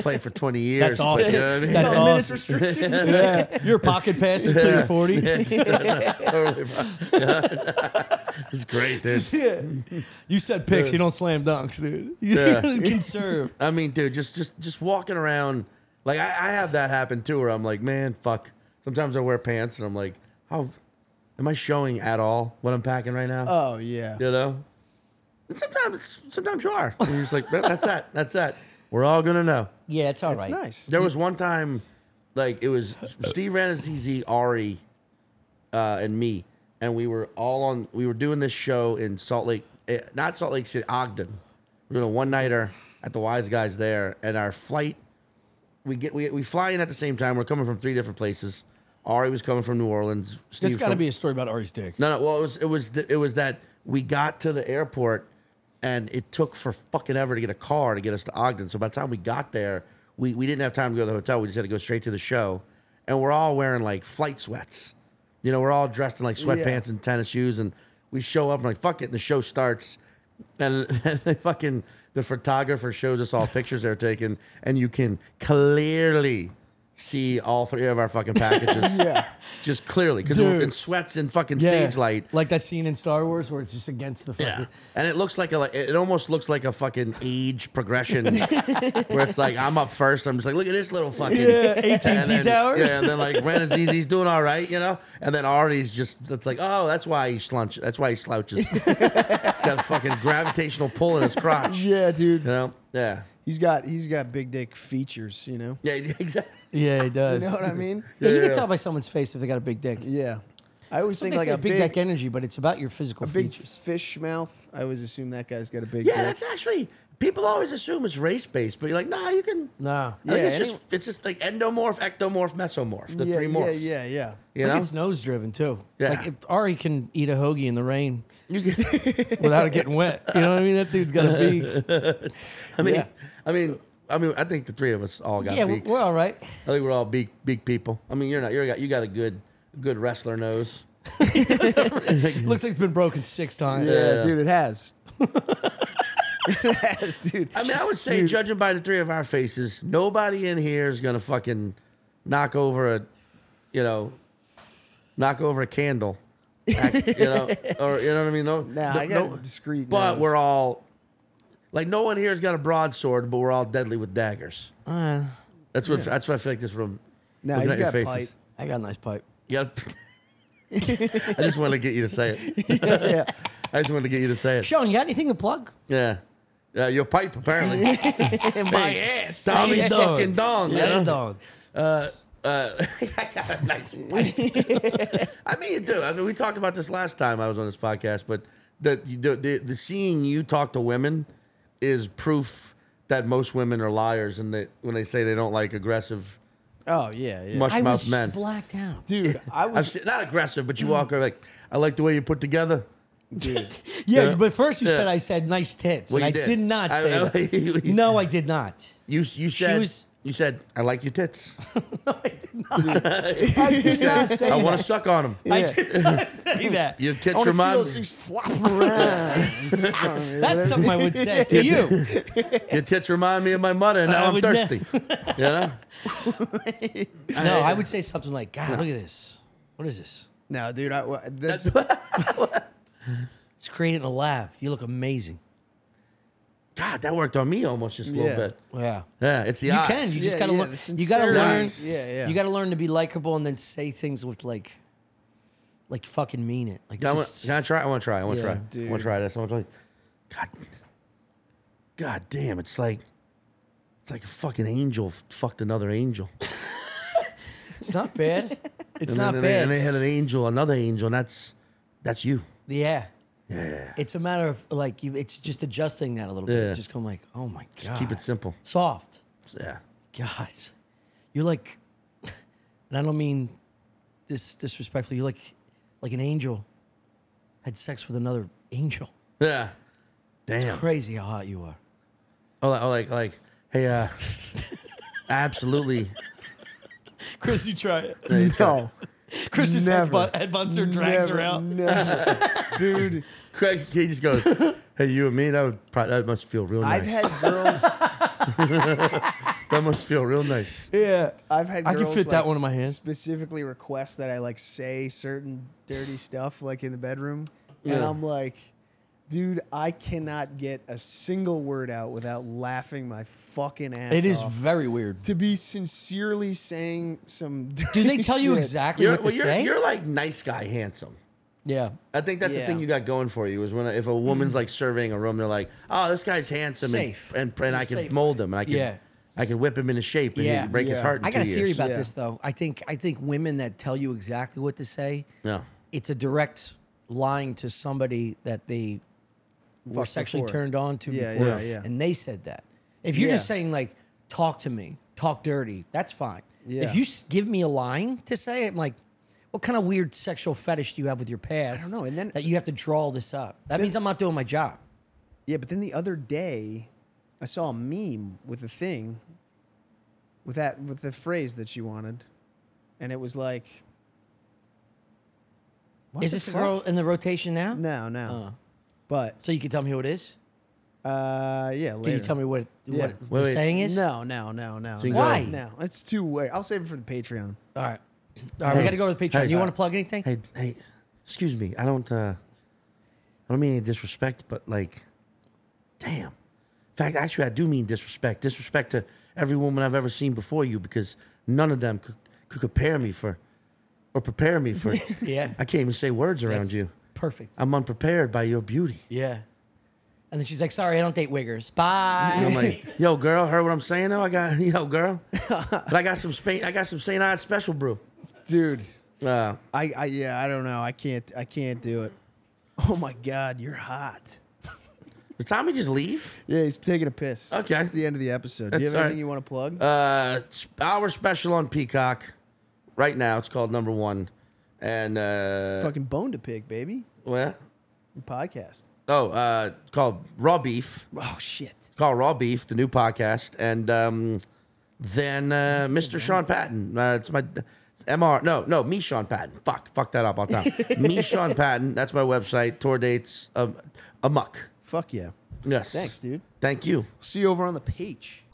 S2: played for 20 years.
S1: That's awesome.
S2: But, you know what I mean?
S1: That's
S3: Ten minutes
S1: awesome.
S3: restriction.
S1: yeah. You're pocket passing until you're 40.
S2: Totally, bro. it's great, dude.
S1: You said picks, you don't slam dunks, dude. You
S2: Yeah.
S1: conserve.
S2: I mean, dude, just just just walking around. Like I, I have that happen too, where I'm like, man, fuck. Sometimes I wear pants, and I'm like, how am I showing at all what I'm packing right now?
S3: Oh, yeah.
S2: you know. And sometimes, it's- sometimes you are. And you're just like, "That- that's that. That's that. We're all gonna know.
S1: Yeah, it's all
S3: It's
S1: right.
S3: nice.
S2: There was one time, like it was Steve Ranazizi, Ari, uh, and me, and we were all on. We were doing this show in Salt Lake, eh, not Salt Lake City, Ogden. We were doing a one nighter at the Wise Guys there, and our flight. We get we, we fly in at the same time. We're coming from three different places. Ari was coming from New Orleans.
S1: There's
S2: Steve's
S1: got to
S2: com-
S1: be a story about Ari's dick.
S2: no, no. Well, it was it was th- it was that we got to the airport, and it took for fucking ever to get a car to get us to Ogden. So by the time we got there, we we didn't have time to go to the hotel. We just had to go straight to the show, and we're all wearing like flight sweats. You know, we're all dressed in like sweatpants and tennis shoes, and we show up and like fuck it. And the show starts, and, and they fucking the photographer shows us all pictures they're taking, and you can clearly see all three of our fucking packages. yeah, just clearly because we're
S1: Dude.
S2: in sweats and fucking stage light.
S1: Like that scene in Star Wars where it's just against the fucking.
S2: And it looks like a like, it almost looks like a fucking age progression where it's like I'm up first. I'm just like, look at this little fucking
S1: Yeah,
S2: and
S1: AT&T
S2: then,
S1: towers.
S2: Yeah, and then like Ren is easy, he's doing all right, you know? And then Artie's just it's like, oh, that's why he slunch that's why he slouches. he's got a fucking gravitational pull in his crotch. You
S3: Yeah, dude.
S2: know? Yeah.
S3: He's got he's got big dick features, you know.
S2: Yeah, exactly.
S1: Yeah, he does.
S3: You know what I mean?
S1: Yeah, you
S2: Yeah.
S1: can tell by someone's face if they got a big dick.
S3: Yeah. I always
S1: They
S3: think like
S1: say
S3: a
S1: big,
S3: big,
S1: dick energy, but it's about your physical
S3: a big
S1: features.
S3: fish mouth. I always assume that guy's got a big
S2: Yeah,
S3: dick.
S2: that's actually people always assume it's race based, but you're like, nah, you can
S1: Nah.
S2: I think
S3: Yeah,
S2: it's
S3: any-
S2: just it's just like endomorph, ectomorph, mesomorph, the
S3: yeah,
S2: three morphs.
S3: yeah, yeah, yeah.
S2: You
S1: I
S2: know?
S1: think it's nose driven too.
S2: Yeah.
S1: Like if Ari can eat a hoagie in the rain
S2: You can
S1: without it getting wet. You know what I mean? That dude's got to be.
S2: I mean,
S3: Yeah.
S2: I mean, I mean, I think the three of us all got
S1: Yeah, we're,
S2: beaks.
S1: we're all right.
S2: I think we're all beak beak people. I mean, you're not. You got you got a good good wrestler nose.
S1: Looks like it's been broken six times.
S3: Yeah,
S2: Yeah.
S3: dude, it has. it has, dude.
S2: I mean, I would say, judging by the three of our faces, nobody in here is gonna fucking knock over a, you know, knock over a candle, Act- you know, or you know what I mean. No,
S3: Nah,
S2: no,
S3: I got
S2: no-
S3: a discreet.
S2: But
S3: nose.
S2: we're all like, no one here's got a broadsword, but we're all deadly with daggers.
S1: Uh,
S2: That's what. That's what I feel like this room.
S3: Nah,
S2: looking
S3: he's
S2: at your
S3: got
S2: faces.
S3: pipe.
S1: I got a nice pipe.
S2: Yeah. I just wanted to get you to say it.
S3: yeah.
S2: I just wanted to get you to say it.
S1: Sean, you got anything to plug?
S2: Yeah. Yeah, your pipe apparently.
S1: My ass.
S2: Tommy's
S1: Hey,
S2: fucking dong. you
S1: Hey,
S2: know?
S1: dog.
S2: Uh, I got a nice pipe. I mean, you do. I mean, we talked about this last time I was on this podcast, but that you do, the, the seeing you talk to women is proof that most women are liars, and that when they say they don't like aggressive
S3: Oh yeah, yeah.
S2: mush
S1: I
S2: mouth
S1: was
S2: men,
S1: blacked out.
S3: dude, I
S2: I've
S3: was
S2: seen, not aggressive, but you walk over like, I like the way you put together.
S3: dude.
S1: Yeah,
S2: Yeah.
S1: but first you
S2: Yeah.
S1: said I said nice tits.
S2: Well,
S1: and I did.
S2: you did.
S1: not
S2: I-
S1: say
S2: I-
S1: that. no, I did not.
S2: You you said
S1: was-
S2: you said I like your tits.
S1: No, I did not. I
S2: You
S1: did not
S2: said
S1: say
S2: I
S1: that.
S2: want to suck on them.
S1: I did not say that.
S2: Your tits
S3: I want to see
S2: remind
S3: those things flop around.
S1: That's something I would say to you.
S2: your tits remind me of my mother, and now
S1: I
S2: I'm
S1: would ne-
S2: thirsty. you know?
S1: No, I would say something like, God, look at this. What is this?
S3: no, dude, I, wa- that's,
S1: It's created in a lab. You look amazing.
S2: God, that worked on me almost just a little
S3: Yeah.
S2: bit.
S1: Yeah.
S2: Yeah, it's the
S1: You
S2: eyes.
S1: can. You
S3: Yeah,
S1: just gotta
S3: yeah,
S1: learn.
S3: the
S1: You gotta learn.
S2: sincerity.
S3: Yeah, yeah.
S1: You gotta learn to be likable and then say things with like, like fucking mean it. Like
S2: Can I,
S1: just,
S2: can I try? I want to try. I want
S1: Yeah,
S2: to try. I want
S3: dude.
S2: to try this. I want to try. God, God damn! It's like, it's like a fucking angel f- fucked another angel.
S1: it's not bad. It's
S2: and
S1: not
S2: then, and They,
S1: bad.
S2: and they had an angel, another angel, and that's that's you.
S1: yeah. Yeah. It's a matter of like you. It's just adjusting that a little bit.
S2: Yeah.
S1: Just come like, oh my god.
S2: Keep it simple.
S1: soft.
S2: Yeah.
S1: God, it's- you're like, and I don't mean this disrespectfully. You're like, like an angel had sex with another angel.
S2: Yeah. Damn.
S1: Crazy how hot you are.
S2: Oh, like, oh, like, like, hey, uh, absolutely.
S5: Chris, you try it.
S3: no,
S5: Chris just head
S3: Never.
S5: headbutts her, drags
S3: never,
S5: her out.
S3: never. dude.
S2: Craig, he just goes, hey, you and me, that would probably, that must feel real nice.
S3: I've had girls.
S2: that must feel real nice.
S5: Yeah.
S3: I've had.
S5: I can
S3: girls,
S5: fit that
S3: like,
S5: one in my hand.
S3: Specifically, request that I like say certain dirty stuff like in the bedroom, and I'm like, dude, I cannot get a single word out without laughing my fucking ass.
S5: It is
S3: off.
S5: very weird.
S3: to be sincerely saying some.
S1: Do they tell you
S3: shit.
S1: exactly
S2: You're,
S1: what to
S2: well, you're,
S1: say?
S2: you're like nice guy, handsome.
S1: yeah.
S2: I think that's the
S3: Yeah.
S2: thing you got going for you is when if a woman's like surveying a room, they're like, "Oh, this guy's handsome, and-
S1: Safe.
S2: and and, I
S1: He's
S2: can
S1: safe.
S2: mold him, and I can
S1: Yeah.
S2: I can whip him into shape, and
S1: Yeah.
S2: he can break his
S3: Yeah.
S2: heart." In
S1: I got a
S2: two
S1: theory
S2: years.
S1: about
S3: Yeah.
S1: this though. I think I think women that tell you exactly what to say,
S2: Yeah,
S1: it's a direct lying to somebody that they were
S3: Fucked
S1: sexually
S3: before.
S1: turned on to
S3: Yeah,
S1: before,
S3: yeah, yeah.
S1: and they said that. If you're just
S3: Yeah.
S1: saying like, "Talk to me, talk dirty," that's fine.
S3: Yeah.
S1: If you s- give me a line to say, I'm like, "What kind of weird sexual fetish do you have with your past?"
S3: know, and then-
S1: that you have to draw this up. That means I'm not doing my job.
S3: Yeah, but then the other day, I saw a meme with a thing, with that with the phrase that she wanted, and it was like, what
S1: Is
S3: the
S1: this the
S3: fuck?
S1: girl Uh. in the rotation now?
S3: No, no. But
S1: So you can tell me who it is.
S3: uh, yeah, later.
S1: Can you tell me what
S3: Yeah.
S1: what
S2: Wait,
S1: the
S2: wait.
S1: saying is?
S3: No, no, no, no.
S2: you
S3: no,
S2: go-
S1: Why?
S3: No, it's too way. I'll save it for the Patreon.
S1: All right. All right, we
S2: Hey.
S1: got to go to the Patreon.
S2: Hey.
S1: you want to plug anything?
S2: hey, hey, excuse me, I don't, uh, I don't mean any disrespect, but like, damn. In fact, actually, I do mean disrespect. Disrespect to every woman I've ever seen before you, because none of them could, could compare me for, or prepare me for.
S1: Yeah.
S2: I can't even say words around
S1: That's
S2: you.
S1: Perfect.
S2: I'm unprepared by your beauty.
S1: yeah. And then she's like, sorry, I don't date wiggers. Bye.
S2: I'm like, yo, girl, heard what I'm saying though? I got, yo, girl, but I got some Spain, I got some St. Ives special brew.
S3: Dude,
S2: Uh,
S3: I, I yeah, I don't know. I can't I can't do it. Oh my god, you're hot.
S2: did Tommy just leave?
S3: Yeah, he's taking a piss.
S2: Okay.
S3: That's the end of the episode. do you
S2: That's
S3: have
S2: all
S3: anything
S2: right.
S3: you want to plug?
S2: Uh, s- our special on Peacock right now. It's called Number One, and uh,
S3: Fucking bone to pick, baby.
S2: well,
S3: Podcast.
S2: oh, uh, it's called Raw Beef.
S1: oh, shit.
S2: It's called Raw Beef, the new podcast, and um, then uh, Mr. Sean Patton. Uh, it's my MR. No, no, me Sean Patton. Fuck, fuck that up all time. me Sean Patton. That's my website. Tour dates. Um, amuck.
S3: Fuck yeah.
S2: Yes.
S3: Thanks, dude.
S2: Thank you.
S3: See you over on the page.